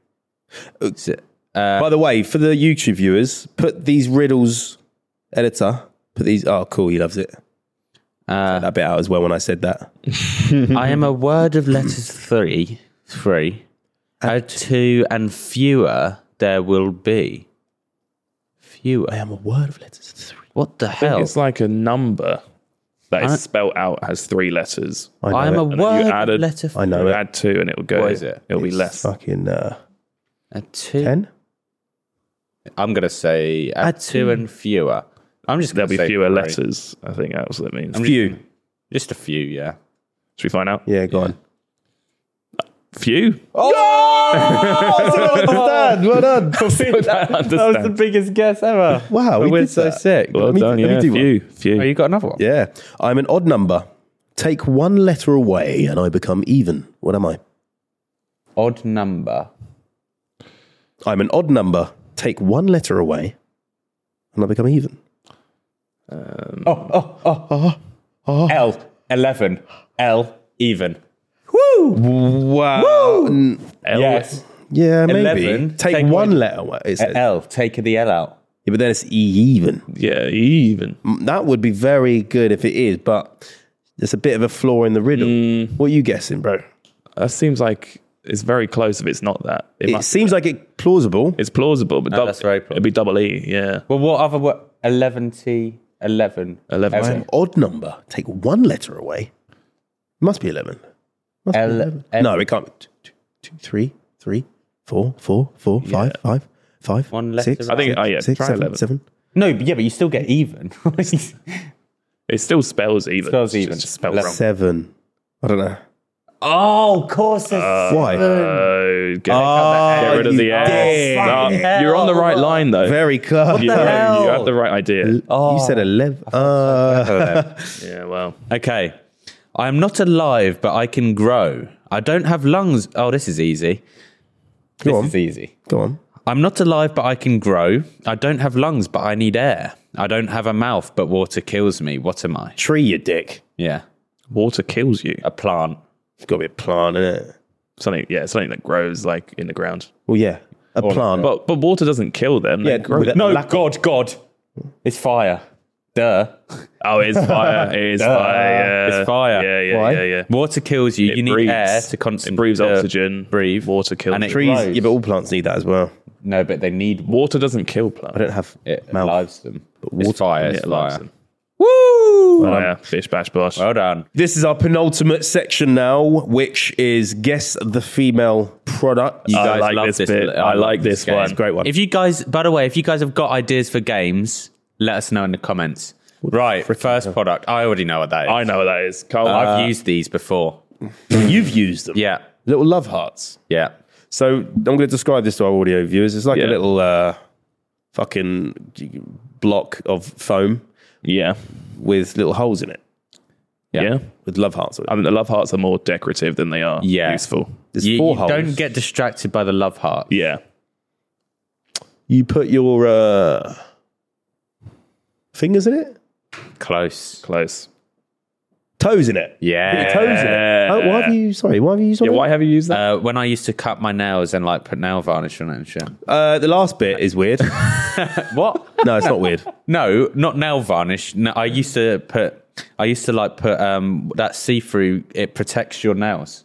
Speaker 3: So- uh,
Speaker 2: By the way, for the YouTube viewers, put these riddles, editor, put these. Oh, cool. He loves it.
Speaker 3: Uh,
Speaker 2: that bit out as well when I said that.
Speaker 4: Mm-hmm.
Speaker 3: I am a word of letters three. Three. Add two and fewer there will be. Fewer.
Speaker 2: I am a word of letters. Three.
Speaker 3: What the
Speaker 4: I think
Speaker 3: hell?
Speaker 4: It's like a number that
Speaker 3: I-
Speaker 4: is spelt out as three letters.
Speaker 2: I know
Speaker 3: I am
Speaker 2: it.
Speaker 3: a
Speaker 4: And then
Speaker 3: word
Speaker 4: you
Speaker 3: of
Speaker 4: added-
Speaker 3: letter
Speaker 2: I know
Speaker 4: You
Speaker 2: it.
Speaker 4: add two and it'll go.
Speaker 3: What is it?
Speaker 4: It'll
Speaker 2: It's
Speaker 4: be less.
Speaker 2: Fucking uh,
Speaker 3: Add two.
Speaker 2: ten.
Speaker 3: I'm gonna say add, two and fewer. I'm just gonna
Speaker 4: There'll be
Speaker 3: say
Speaker 4: fewer
Speaker 3: three.
Speaker 4: letters. I think that's what it means.
Speaker 3: I'm just-
Speaker 2: Few.
Speaker 3: Just a few, yeah.
Speaker 4: Should we find out?
Speaker 2: Yeah, go on.
Speaker 4: Few.
Speaker 2: well done.
Speaker 3: That was the biggest guess ever.
Speaker 2: Wow, we
Speaker 3: we
Speaker 2: did
Speaker 3: did so
Speaker 2: that.
Speaker 3: sick.
Speaker 4: Well
Speaker 2: me-
Speaker 4: done.
Speaker 2: let me
Speaker 4: Yeah,
Speaker 2: do one.
Speaker 4: few. Few.
Speaker 3: Oh, you got another one?
Speaker 2: Yeah, I'm an odd number. Take one letter away, and I become even. What am I?
Speaker 3: Odd number.
Speaker 2: I'm an odd number. Take one letter away, and I become even.
Speaker 3: Oh, oh, oh, oh, L eleven. L even.
Speaker 2: Wow.
Speaker 4: L-
Speaker 3: Yes.
Speaker 2: Yeah, maybe.
Speaker 3: 11,
Speaker 2: take,
Speaker 3: take
Speaker 2: one
Speaker 3: away-
Speaker 2: letter away. It
Speaker 4: E-
Speaker 2: says.
Speaker 3: L. Take the L out.
Speaker 2: Yeah, but then it's e even.
Speaker 4: Yeah. Even.
Speaker 2: Mm, That would be very good if it is, but there's a bit of a flaw in the riddle.
Speaker 4: Mm.
Speaker 2: What are you guessing, bro?
Speaker 4: That seems like it's very close. If it's not that, it,
Speaker 2: It
Speaker 4: must-
Speaker 2: seems like it plausible.
Speaker 4: It's plausible, but
Speaker 3: that's very plausible.
Speaker 4: it'd be double E. Yeah.
Speaker 3: Well, what other word? Eleven T. Eleven.
Speaker 4: 11.
Speaker 2: It's an odd number. Take one letter away. It must be 11. Must
Speaker 3: L-
Speaker 2: be 11.
Speaker 3: L-
Speaker 2: no, it can't. be. Two, two, three, three, four, four, four, five, five, five,
Speaker 3: One letter
Speaker 2: six,
Speaker 3: I
Speaker 4: think-
Speaker 2: six,
Speaker 4: oh, yeah,
Speaker 2: six,
Speaker 4: try
Speaker 2: seven,
Speaker 4: 11.
Speaker 2: seven.
Speaker 3: No, but yeah, but you still get even.
Speaker 4: It still spells even.
Speaker 3: Spells
Speaker 4: It's
Speaker 3: even.
Speaker 4: just spelled
Speaker 3: Eleven.
Speaker 4: wrong.
Speaker 2: Seven. I don't know.
Speaker 3: oh, of course. It's
Speaker 2: Why?
Speaker 3: Uh,
Speaker 4: Oh, get, get rid of
Speaker 2: you
Speaker 4: the
Speaker 2: did.
Speaker 4: L.
Speaker 2: Fucking
Speaker 4: No, you're on the right line though.
Speaker 2: Very close.
Speaker 4: you,
Speaker 3: the Oh. hell?
Speaker 4: you had the right idea.
Speaker 2: You said 11. Uh,
Speaker 4: Yeah, well,
Speaker 3: Okay. I am not alive, but I can grow. I don't have lungs. Oh, this is easy. this
Speaker 2: on.
Speaker 3: is easy.
Speaker 2: go on.
Speaker 3: I'm not alive, but I can grow. I don't have lungs, but I need air. I don't have a mouth, but water kills me. What am I?
Speaker 2: Tree, you dick.
Speaker 3: Yeah.
Speaker 4: water kills you.
Speaker 3: A plant.
Speaker 2: It's got to be a plant, is it?
Speaker 4: Something, yeah, something that grows like in the ground.
Speaker 2: Well, yeah. A plant.
Speaker 4: But but water doesn't kill them. They
Speaker 2: Um, Yeah,
Speaker 4: grow.
Speaker 2: with that-
Speaker 3: No,
Speaker 2: Lack of-
Speaker 3: God, God. It's fire. Duh.
Speaker 4: Oh, it's fire. It is fire. yeah.
Speaker 3: It's fire.
Speaker 4: Yeah, yeah,
Speaker 2: Why?
Speaker 4: yeah, yeah.
Speaker 3: Water kills you.
Speaker 4: It
Speaker 3: you need
Speaker 4: breathes.
Speaker 3: air to constantly
Speaker 4: It breathes oxygen.
Speaker 3: breathe.
Speaker 4: Water kills.
Speaker 3: And it-
Speaker 4: you.
Speaker 2: Trees.
Speaker 3: grows.
Speaker 2: Yeah, but all plants need that as well.
Speaker 3: No, but they need water.
Speaker 4: water doesn't kill
Speaker 2: I
Speaker 4: plants.
Speaker 2: don't have
Speaker 3: It
Speaker 2: mouth.
Speaker 3: alives them. But water it's fire. It's
Speaker 4: It lives
Speaker 3: fire.
Speaker 4: them.
Speaker 3: Woo!
Speaker 4: Oh, yeah, fish bash bosh.
Speaker 3: Well done.
Speaker 2: This is our penultimate section now, which is guess the female product.
Speaker 3: You
Speaker 4: I
Speaker 3: guys
Speaker 4: like
Speaker 3: love
Speaker 4: this bit.
Speaker 3: li-
Speaker 4: I
Speaker 3: love
Speaker 4: like this
Speaker 3: game.
Speaker 4: one. It's a
Speaker 2: great one.
Speaker 3: If you guys, by the way, if you guys have got ideas for games, let us know in the comments. Right, first product. I already know what that is.
Speaker 4: I know what that is. Carl,
Speaker 3: I've used these before.
Speaker 2: You've used them.
Speaker 3: Yeah,
Speaker 2: Little love hearts.
Speaker 3: yeah.
Speaker 2: So I'm going to describe this to our audio viewers. It's like
Speaker 4: Yeah.
Speaker 2: a little uh, fucking block of foam
Speaker 4: yeah.
Speaker 2: with little holes in it
Speaker 4: yeah,
Speaker 2: with love hearts.
Speaker 3: Um,
Speaker 2: on it.
Speaker 4: I mean, the love hearts are more decorative than they are
Speaker 3: Yeah.
Speaker 4: useful.
Speaker 2: There's
Speaker 3: You,
Speaker 2: four
Speaker 3: you
Speaker 2: holes.
Speaker 3: don't get distracted by the love heart.
Speaker 4: Yeah,
Speaker 2: You put your uh, fingers in it,
Speaker 3: Close.
Speaker 4: close.
Speaker 2: toes in it. Put
Speaker 3: Yeah.
Speaker 2: your toes in it. Oh, why have you? Sorry, why have you used?
Speaker 4: Yeah,
Speaker 2: something?
Speaker 4: why have you used that?
Speaker 3: Uh, when I used to cut my nails and like put nail varnish on it and shit.
Speaker 2: Uh, the last bit is weird.
Speaker 3: What?
Speaker 2: no, it's not weird.
Speaker 3: No, not nail varnish. No, I used to put. I used to like put um that see through. It protects your nails.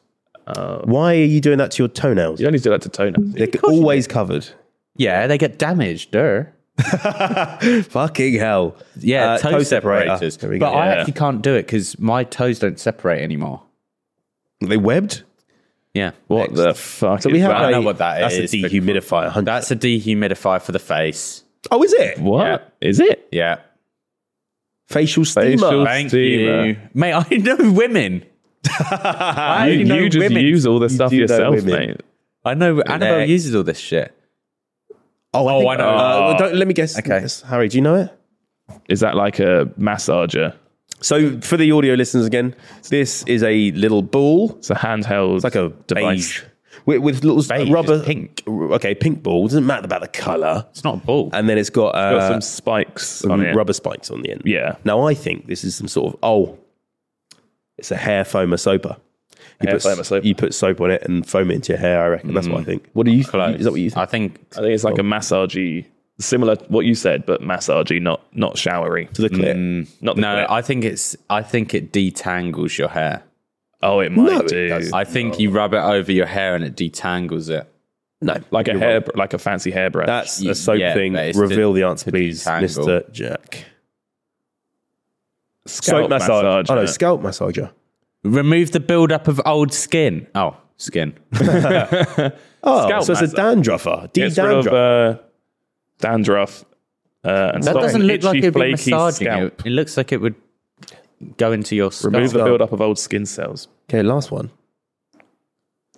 Speaker 2: Why are you doing that to your toenails?
Speaker 4: you only do that to toenails.
Speaker 2: They're always covered.
Speaker 3: Yeah, they get damaged. Duh.
Speaker 2: Fucking hell.
Speaker 3: Yeah,
Speaker 2: Uh,
Speaker 3: toe, separators.
Speaker 2: Here we
Speaker 3: But
Speaker 2: go.
Speaker 3: I
Speaker 4: Yeah.
Speaker 3: actually can't do it because my toes don't separate anymore.
Speaker 2: they webbed.
Speaker 3: Yeah.
Speaker 4: What the fuck?
Speaker 2: So we
Speaker 4: is
Speaker 2: have.
Speaker 4: that?
Speaker 3: I
Speaker 2: a-
Speaker 3: know what that
Speaker 2: that's
Speaker 3: is,
Speaker 2: a
Speaker 3: but-
Speaker 2: dehumidifier. 100.
Speaker 3: That's a dehumidifier for the face.
Speaker 2: oh, is it?
Speaker 4: What is it?
Speaker 3: Yeah.
Speaker 2: Facial steamer.
Speaker 4: Facial-
Speaker 3: Thank
Speaker 4: Steamer.
Speaker 3: you, mate. I know women. I
Speaker 4: You,
Speaker 3: know
Speaker 4: you just
Speaker 3: women.
Speaker 4: use all this stuff
Speaker 2: do know
Speaker 4: yourself,
Speaker 2: women.
Speaker 4: mate.
Speaker 3: I know Annabelle
Speaker 2: Next.
Speaker 3: uses all this shit.
Speaker 2: Oh, I,
Speaker 3: Oh,
Speaker 2: think-
Speaker 3: I know.
Speaker 2: Uh, well, don't, let me guess.
Speaker 3: Okay.
Speaker 2: Yes, Harry, do you know it?
Speaker 4: Is that like a massager?
Speaker 2: So, for the audio listeners again, this is a little ball.
Speaker 4: It's a handheld.
Speaker 2: It's like a
Speaker 4: device.
Speaker 2: beige. With, with little
Speaker 3: Beige,
Speaker 2: rubber.
Speaker 3: it's pink.
Speaker 2: Okay, pink ball. Doesn't matter about the colour.
Speaker 3: It's not a ball.
Speaker 2: And then it's got, uh,
Speaker 4: Got some spikes on it.
Speaker 2: rubber spikes on the end.
Speaker 4: Yeah.
Speaker 2: Now, I think this is some sort of, oh, it's a hair foamer soaper. You
Speaker 4: Hair
Speaker 2: put,
Speaker 4: foamer soap. Mm.
Speaker 2: You put soap on it and foam it into your hair, I reckon. That's what I think. What do you
Speaker 3: Close.
Speaker 2: think? Is that what you think?
Speaker 3: I think.
Speaker 4: I think it's like a
Speaker 2: Oh.
Speaker 4: massagey, similar to what you said, but massagey, not not showery. Mm.
Speaker 2: to the clip.
Speaker 4: Not the
Speaker 3: No,
Speaker 4: clip.
Speaker 3: I think it's. I think it detangles your hair.
Speaker 4: oh, it might
Speaker 2: No, it
Speaker 4: do.
Speaker 2: doesn't.
Speaker 3: I think you rub it over your hair and it detangles it.
Speaker 2: No.
Speaker 4: like a
Speaker 2: you're
Speaker 4: hair,
Speaker 2: wrong.
Speaker 4: like a fancy hairbrush.
Speaker 2: That's
Speaker 3: Y-
Speaker 2: a soap
Speaker 3: yeah,
Speaker 2: thing.
Speaker 3: but it's
Speaker 2: Reveal
Speaker 3: to-
Speaker 2: the answer,
Speaker 3: to
Speaker 2: please,
Speaker 3: detangle.
Speaker 2: Mr. Jack.
Speaker 4: Scalp
Speaker 2: soap massage.
Speaker 4: massage,
Speaker 2: Oh, no,
Speaker 4: yeah.
Speaker 2: scalp massager.
Speaker 3: Remove the buildup of old skin. Oh, skin.
Speaker 2: Oh,
Speaker 4: Scalp
Speaker 2: so it's a dandruffer. De
Speaker 4: Gets rid of
Speaker 2: dandruff.
Speaker 4: uh, dandruff. Uh, and
Speaker 3: That
Speaker 4: stops
Speaker 3: doesn't look
Speaker 4: itchy,
Speaker 3: like it'd be
Speaker 4: flaky
Speaker 3: massaging
Speaker 4: scalp.
Speaker 3: it. It looks like it would go into your scalp.
Speaker 4: Remove the
Speaker 2: Scalp.
Speaker 4: buildup of old skin cells.
Speaker 2: Okay, last one.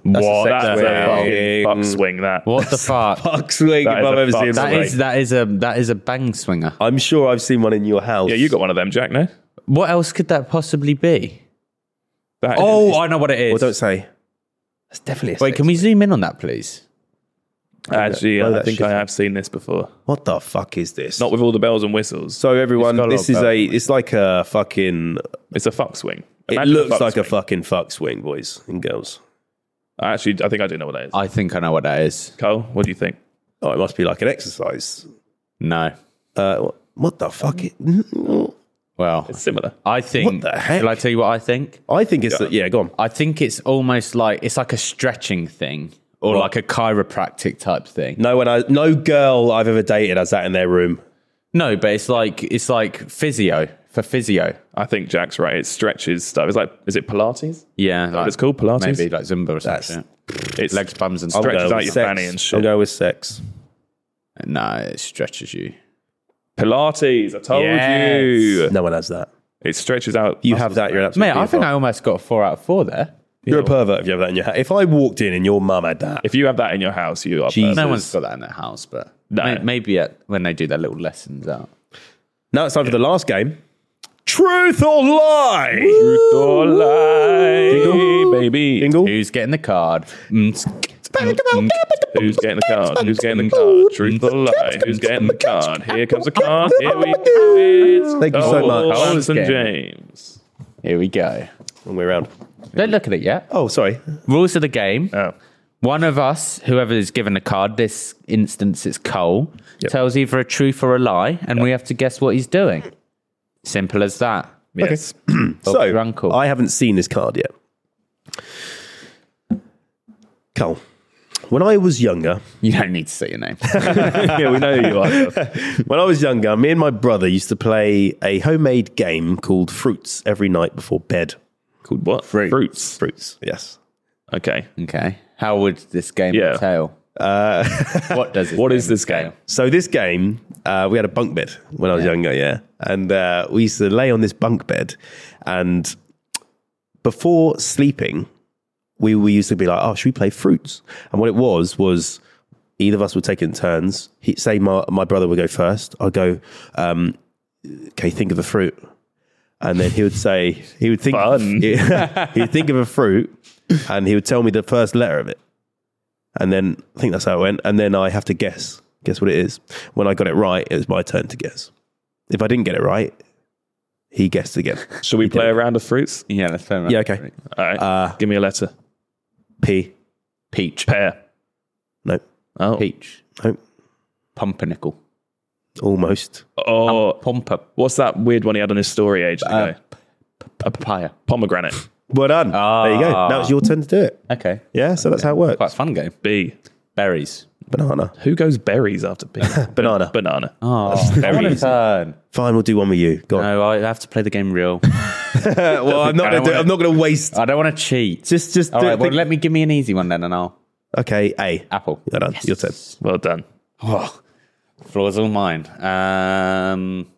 Speaker 4: That's
Speaker 2: a sex
Speaker 4: That's
Speaker 2: swing.
Speaker 4: a fucking buck swing. That
Speaker 3: What the fuck?
Speaker 2: Fuck swing,
Speaker 4: That
Speaker 2: if
Speaker 4: is
Speaker 2: I've
Speaker 4: a
Speaker 2: ever
Speaker 4: fuck
Speaker 2: seen
Speaker 3: That
Speaker 2: one.
Speaker 4: swing.
Speaker 3: is that is a that is a bang swinger.
Speaker 2: I'm sure I've seen one in your house.
Speaker 4: Yeah, you got one of them, Jack. No.
Speaker 3: What else could that possibly be?
Speaker 4: That is-
Speaker 3: Oh, I know what it
Speaker 2: Well,
Speaker 3: is.
Speaker 2: don't say. That's definitely a
Speaker 3: Wait,
Speaker 2: sex
Speaker 3: can we zoom in on that, please?
Speaker 4: actually,
Speaker 2: blow
Speaker 4: I
Speaker 2: that
Speaker 4: think
Speaker 2: shit
Speaker 4: I
Speaker 2: up.
Speaker 4: have seen this before.
Speaker 2: swing. What the fuck is this?
Speaker 4: Not with all the bells and whistles.
Speaker 2: so everyone,
Speaker 4: It's got a lot
Speaker 2: this
Speaker 4: of
Speaker 2: is a.
Speaker 4: bells.
Speaker 2: It's like a fucking.
Speaker 4: It's a fuck swing.
Speaker 2: It
Speaker 4: Imagine
Speaker 2: looks
Speaker 4: fuck
Speaker 2: like a
Speaker 4: swing.
Speaker 2: fucking fuck swing, boys and girls.
Speaker 4: I Actually, I think I do know what that is.
Speaker 3: I think I know what that is.
Speaker 4: Cole, what do you think?
Speaker 2: Oh, it must be like an exercise.
Speaker 3: No.
Speaker 2: Uh, what the fuck? It,
Speaker 3: Well,
Speaker 4: It's similar.
Speaker 3: I think.
Speaker 2: What the heck?
Speaker 3: Shall I tell you what I think?
Speaker 2: I think it's yeah. yeah. Go on.
Speaker 3: I think it's almost like it's like a stretching thing or like a chiropractic type thing.
Speaker 2: No one, I, no girl I've ever dated has that in their room.
Speaker 3: No, but it's like it's like physio for physio.
Speaker 4: I think Jack's right. It stretches stuff. It's like, is it Pilates?
Speaker 3: Yeah, like
Speaker 4: it's called Pilates?
Speaker 3: Maybe like Zumba or
Speaker 2: That's-
Speaker 3: something.
Speaker 4: It's
Speaker 3: Legs, bums, and
Speaker 2: I'll
Speaker 3: stretch.
Speaker 2: go
Speaker 4: out
Speaker 2: with
Speaker 4: your
Speaker 2: sex.
Speaker 4: fanny and shit.
Speaker 2: I'll go with sex.
Speaker 3: No, it stretches you.
Speaker 4: Pilates. I told
Speaker 3: Yes.
Speaker 4: you.
Speaker 2: No one has that.
Speaker 4: It stretches out.
Speaker 2: You have that. You're an absolute.
Speaker 3: Mate, I think I
Speaker 2: paedophile.
Speaker 3: almost got a four out of four there.
Speaker 2: You're a pervert if you have that in your house. If I walked in and your mum had that,
Speaker 4: If you have that in your house, you are.
Speaker 2: Jesus.
Speaker 4: pervert.
Speaker 3: No one's got that in their house, but
Speaker 4: No.
Speaker 3: may- maybe at, when they do their little lessons out.
Speaker 2: now it's time for the last game. Truth or lie?
Speaker 4: Truth or lie, baby.
Speaker 2: Jingle.
Speaker 3: Who's getting the card?
Speaker 4: Mm, Who's getting the card? Who's getting the card? Truth or lie? Who's getting the card? Here comes the card. Here we go. It's
Speaker 2: Thank you so
Speaker 4: Cole
Speaker 2: much.
Speaker 4: Coles and
Speaker 3: Cole's
Speaker 4: James.
Speaker 3: Here we go.
Speaker 2: Wrong way around.
Speaker 3: Don't look at it yet.
Speaker 2: Oh, sorry.
Speaker 3: Rules of the game.
Speaker 4: Oh.
Speaker 3: One of us, whoever is given a card, this instance it's Cole, tells either a truth or a lie, and we have to guess what he's doing. Simple as that.
Speaker 4: Yes.
Speaker 2: so
Speaker 3: Oh, your uncle.
Speaker 2: I haven't seen this card yet. Cole, When I was younger,
Speaker 3: You don't need to say your name.
Speaker 4: yeah, we know who you are.
Speaker 2: when I was younger, me and my brother used to play a homemade game called Fruits every night before bed.
Speaker 4: Called what?
Speaker 3: Fruits.
Speaker 4: Fruits.
Speaker 2: Fruits, yes.
Speaker 4: Okay.
Speaker 3: okay. How would this game
Speaker 4: Yeah.
Speaker 3: entail? Uh, what does it
Speaker 4: What is this game?
Speaker 2: So this game, uh, we had a bunk bed when I was younger, yeah, and uh, we used to lay on this bunk bed, and before sleeping, we we used to be like, oh, should we play fruits? And what it was was either of us would take it in turns. He say my my brother would go first. I'd go, um, okay, think of a fruit, and then he would say he would think
Speaker 4: Fun.
Speaker 2: he'd think of a fruit, and he would tell me the first letter of it. And then I think that's how it went. And then I have to guess. Guess what it is? When I got it right, it was my turn to guess. If I didn't get it right, he guessed again.
Speaker 4: Should we play a round of fruits?
Speaker 3: Yeah, let's play around.
Speaker 2: Yeah, okay.
Speaker 4: All right.
Speaker 2: Uh,
Speaker 4: Give me a letter.
Speaker 2: P.
Speaker 3: Peach.
Speaker 4: Pear.
Speaker 2: No.
Speaker 4: Oh.
Speaker 3: Peach.
Speaker 2: No.
Speaker 3: Pumpernickel.
Speaker 2: Almost.
Speaker 4: Or
Speaker 3: Pomper.
Speaker 4: Oh. what's that weird one he had on his story age
Speaker 3: Uh,
Speaker 4: ago?
Speaker 3: p- p- a papaya.
Speaker 4: Pomegranate.
Speaker 2: Well done. There you go. Now it's your turn to do it.
Speaker 3: Okay.
Speaker 2: Yeah, so that's how it works.
Speaker 3: Quite a fun game.
Speaker 4: B.
Speaker 3: Berries.
Speaker 2: Banana.
Speaker 4: Who goes berries after B?
Speaker 2: Banana.
Speaker 4: Banana.
Speaker 3: Oh, berries. turn.
Speaker 2: Fine, we'll do one with you. Go on.
Speaker 3: No, I have to play the game real.
Speaker 2: well, I'm not
Speaker 3: I don't
Speaker 2: gonna do,
Speaker 3: wanna-
Speaker 2: I'm not gonna waste
Speaker 3: I don't want to cheat.
Speaker 2: just just
Speaker 3: All
Speaker 2: do
Speaker 3: right.
Speaker 2: it.
Speaker 3: Well, let me give me an easy one then, and I'll
Speaker 2: Okay, A.
Speaker 3: apple.
Speaker 2: Well done. Your turn.
Speaker 4: Well done.
Speaker 3: Oh, floor's all mine. Um,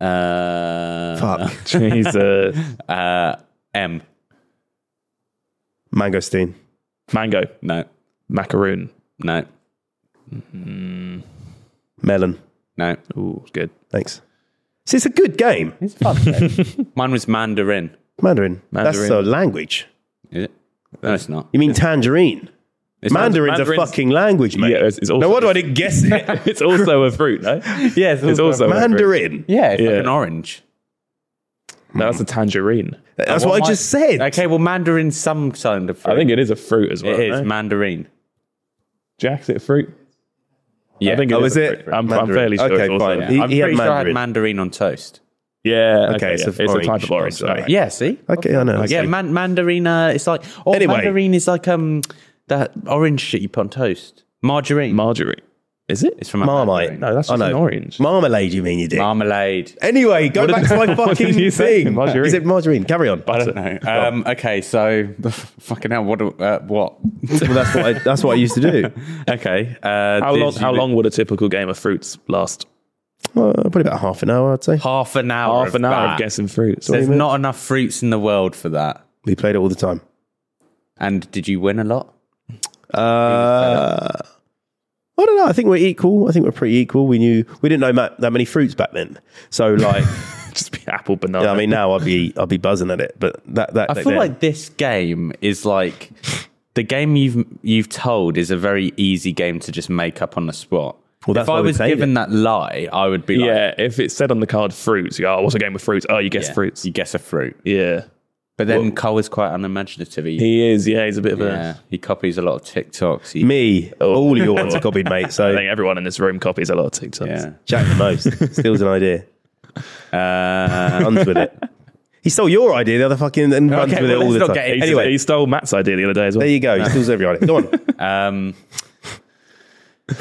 Speaker 3: uh,
Speaker 2: Fuck.
Speaker 4: Jesus.
Speaker 3: uh, M.
Speaker 2: Mangosteen.
Speaker 4: Mango.
Speaker 3: No,
Speaker 4: Macaroon.
Speaker 3: no,
Speaker 2: Melon.
Speaker 3: no.
Speaker 4: Ooh, good.
Speaker 2: Thanks. See, it's a good game.
Speaker 3: It's fun. though. Mine was mandarin.
Speaker 2: Mandarin. That's
Speaker 4: Mandarin.
Speaker 2: a language.
Speaker 3: Is it? No, it's not.
Speaker 2: You mean tangerine?
Speaker 3: It's
Speaker 2: Mandarin's, a
Speaker 4: Mandarin's-
Speaker 2: fucking language, mate.
Speaker 4: Yeah, it's- it's also-
Speaker 2: no wonder I didn't guess it.
Speaker 4: It's also a fruit, no?
Speaker 3: Yeah, it's
Speaker 4: It's also a fruit.
Speaker 2: Mandarin.
Speaker 3: Yeah, it's
Speaker 4: Yeah.
Speaker 3: like an orange.
Speaker 4: No, that's a tangerine.
Speaker 2: That's
Speaker 3: Well,
Speaker 2: what I
Speaker 3: my-
Speaker 2: just said.
Speaker 3: Okay, well, mandarin's some kind of fruit.
Speaker 4: I think it is a fruit as well.
Speaker 3: it is
Speaker 4: no?
Speaker 3: mandarin.
Speaker 4: Jack, is it a fruit?
Speaker 3: Yeah,
Speaker 4: I think
Speaker 2: Oh,
Speaker 4: it
Speaker 2: is
Speaker 4: is. a
Speaker 2: it?
Speaker 4: fruit. I'm, I'm
Speaker 2: Mandarin.
Speaker 4: fairly sure.
Speaker 2: Okay,
Speaker 4: it's also
Speaker 2: fine.
Speaker 4: a-
Speaker 2: He-
Speaker 3: I'm
Speaker 2: he had
Speaker 3: pretty sure I had
Speaker 2: mandarin.
Speaker 3: mandarin on toast.
Speaker 4: Yeah.
Speaker 2: Okay,
Speaker 4: Okay.
Speaker 2: it's a
Speaker 4: yeah. It's, a type
Speaker 2: orange.
Speaker 4: of orange.
Speaker 2: Sorry.
Speaker 4: alright.
Speaker 3: Yeah, see?
Speaker 2: Okay, I know.
Speaker 3: Yeah, man, mandarin. Uh, it's like oh,
Speaker 2: Anyway.
Speaker 3: mandarin is like um that orange shit you put on toast. Margarine.
Speaker 4: Margarine.
Speaker 3: is it? It's from a
Speaker 2: Marmite.
Speaker 3: mandarin.
Speaker 4: No, that's
Speaker 2: I
Speaker 4: just
Speaker 2: know.
Speaker 4: an orange.
Speaker 2: Marmalade, you mean you did?
Speaker 3: Marmalade.
Speaker 2: anyway, go back to my fucking
Speaker 4: you say?
Speaker 2: thing.
Speaker 4: Margarine.
Speaker 2: Is it margarine? Carry on.
Speaker 4: I don't
Speaker 3: No. Um, okay, so fucking hell, what? do- Uh, what?
Speaker 2: Well, that's what I, that's what I used to do.
Speaker 3: okay. Uh,
Speaker 4: How
Speaker 3: did
Speaker 4: long?
Speaker 3: you
Speaker 4: How
Speaker 3: do-
Speaker 4: long would a typical game of fruits last?
Speaker 2: Well, probably about half an hour, I'd say.
Speaker 3: Half an hour.
Speaker 4: Half an hour of
Speaker 3: guess.
Speaker 4: guessing fruits.
Speaker 3: There's not enough fruits in the world for that.
Speaker 2: We played it all the time.
Speaker 3: And did you win a lot?
Speaker 2: Uh, I don't know. I think we're equal. I think we're pretty equal. We knew we didn't know ma- that many fruits back then. So like,
Speaker 4: just be apple banana.
Speaker 2: I mean, now I'd be I'd be buzzing at it. But that that
Speaker 3: I
Speaker 2: back
Speaker 3: feel
Speaker 2: then-
Speaker 3: like this game is like the game you've you've told is a very easy game to just make up on the spot.
Speaker 2: Well, that's
Speaker 3: if I
Speaker 2: why we
Speaker 3: was
Speaker 2: played
Speaker 3: given
Speaker 2: it.
Speaker 3: that lie, I would be like,
Speaker 4: yeah. If it said on the card fruits, you go, oh, what's a game of fruits? Oh, you guess
Speaker 3: yeah,
Speaker 4: fruits.
Speaker 3: You guess a fruit.
Speaker 4: Yeah,
Speaker 3: But then Cole is quite unimaginative. He,
Speaker 4: he is. Yeah, he's a bit of
Speaker 3: yeah, he copies a lot of TikToks. He,
Speaker 2: me, all your ones are copied, mate.
Speaker 4: a. I
Speaker 2: So
Speaker 4: think everyone in this room copies a lot of TikToks.
Speaker 3: yeah.
Speaker 2: Jack the most steals an idea,
Speaker 3: Uh,
Speaker 2: runs with it, he stole your idea the other fucking and runs
Speaker 3: Okay,
Speaker 2: with it
Speaker 3: well,
Speaker 2: all
Speaker 3: let's
Speaker 2: the time.
Speaker 3: not get
Speaker 4: He,
Speaker 3: into
Speaker 2: Anyway,
Speaker 4: he stole Matt's idea the other day as well.
Speaker 2: there you go. He steals everybody. Go on.
Speaker 3: um,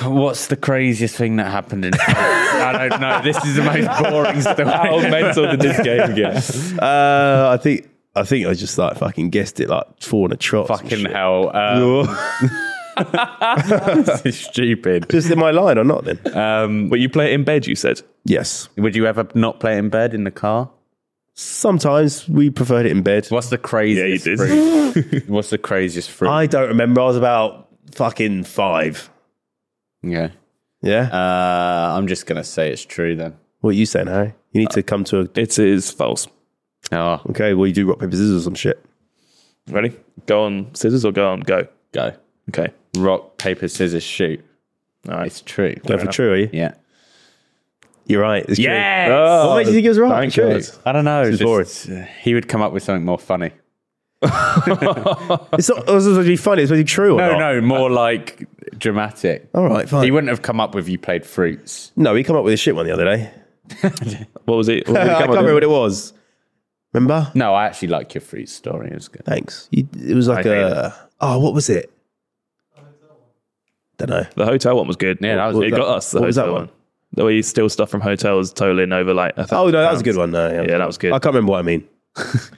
Speaker 3: what's the craziest thing that happened in? I don't know. This is the most boring story.
Speaker 4: How mental did this game get?
Speaker 2: Uh, I think I think I just like fucking guessed it like four and a trot. some
Speaker 3: Fucking
Speaker 2: shit.
Speaker 3: hell. Um, this is stupid.
Speaker 2: Just in my line or not? Then
Speaker 3: Um,
Speaker 4: But you play it in bed, you said.
Speaker 2: yes.
Speaker 3: would you ever not play it in bed in the car?
Speaker 2: Sometimes we preferred it in bed.
Speaker 3: What's the craziest
Speaker 4: Yeah, you
Speaker 3: fruit? What's the craziest fruit?
Speaker 2: I don't remember. I was about fucking five.
Speaker 3: yeah.
Speaker 2: Yeah.
Speaker 3: Uh, I'm just going to say it's true then.
Speaker 2: what are you saying, Harry? You need to come to a.
Speaker 4: It is false.
Speaker 3: Oh,
Speaker 2: Okay, well, you do rock, paper, scissors or some shit.
Speaker 4: Ready? Go on scissors or go on go.
Speaker 3: go.
Speaker 4: Okay.
Speaker 3: Rock, paper, scissors, shoot.
Speaker 4: All right.
Speaker 3: It's true.
Speaker 2: Go for true, are you?
Speaker 3: Yeah.
Speaker 2: You're right. It's
Speaker 3: Yes!
Speaker 2: true. Oh,
Speaker 3: Oh,
Speaker 2: what made you think it was right?
Speaker 4: thank
Speaker 2: True.
Speaker 4: God.
Speaker 3: I don't know.
Speaker 2: This is
Speaker 3: just- he would come up with something more funny.
Speaker 2: It's not. It was supposed to be funny. It's supposed to be true or
Speaker 3: No,
Speaker 2: not?
Speaker 3: no, more like dramatic.
Speaker 2: All right,
Speaker 3: He
Speaker 2: fine.
Speaker 3: wouldn't have come up with you played fruits.
Speaker 2: no, he come up with a shit one the other day. Uh,
Speaker 4: What was it? What did
Speaker 2: I
Speaker 4: it come
Speaker 2: can't
Speaker 4: up with?
Speaker 2: remember what it was. Remember?
Speaker 3: No, I actually like your fruit story. It was good.
Speaker 2: Thanks. You, it was like
Speaker 4: I hate
Speaker 2: a. Oh, what was it? Don't know.
Speaker 4: The hotel one was good.
Speaker 3: Yeah, that was-
Speaker 4: it. Got us. The
Speaker 2: what was
Speaker 4: hotel
Speaker 2: that one?
Speaker 4: one. The way you steal stuff from hotels, totaling over like. A
Speaker 2: Oh
Speaker 4: thousand
Speaker 2: no, that was
Speaker 4: pounds.
Speaker 2: a good one. No,
Speaker 4: Yeah, that was good.
Speaker 2: I can't remember what I mean.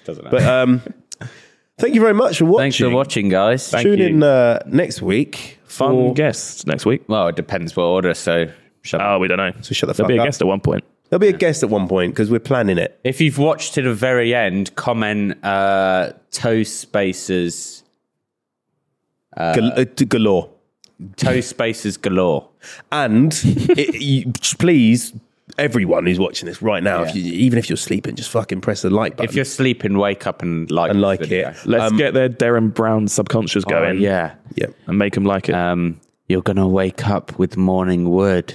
Speaker 3: Doesn't matter.
Speaker 2: But um, thank you very much for watching.
Speaker 3: Thanks for watching, guys.
Speaker 4: Thank
Speaker 2: Tune
Speaker 4: you.
Speaker 2: in uh, next week.
Speaker 4: Fun
Speaker 2: for-
Speaker 4: guests next week.
Speaker 3: Well, it depends what order. So shut up.
Speaker 4: Oh, we don't know.
Speaker 2: So shut the fuck
Speaker 4: There'll be a
Speaker 2: up.
Speaker 4: guest at one point.
Speaker 2: There'll be a guest at one point because we're planning it.
Speaker 3: If you've watched to the very end, comment uh, toe spacers,
Speaker 2: Gal- uh, to galore.
Speaker 3: toe spacers galore.
Speaker 2: And it, you, please, everyone who's watching this right now, if you, even if you're sleeping, just fucking press the like button.
Speaker 3: If you're sleeping, wake up and like
Speaker 2: and
Speaker 3: this
Speaker 2: like
Speaker 3: video.
Speaker 2: it.
Speaker 4: Let's
Speaker 2: Um,
Speaker 4: get their Darren Brown subconscious
Speaker 3: Oh,
Speaker 4: going.
Speaker 3: yeah.
Speaker 2: Yeah,
Speaker 4: and make them like it.
Speaker 3: Um, you're gonna wake up with morning wood,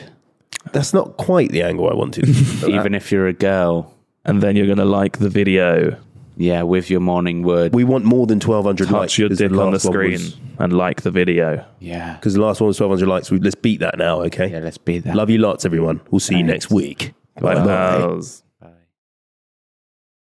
Speaker 2: that's not quite the angle I wanted.
Speaker 3: even if you're a girl.
Speaker 4: and then you're gonna like the video.
Speaker 3: Yeah, with your morning wood.
Speaker 2: we want more than 1,200
Speaker 4: Touch
Speaker 2: likes.
Speaker 4: your diddle on the screen and like the video.
Speaker 3: yeah.
Speaker 2: Because the last one was 1,200 likes. We, let's beat that now, okay?
Speaker 3: Yeah, let's be that.
Speaker 2: Love you lots, everyone. We'll see you next week. Bye.
Speaker 4: Like those.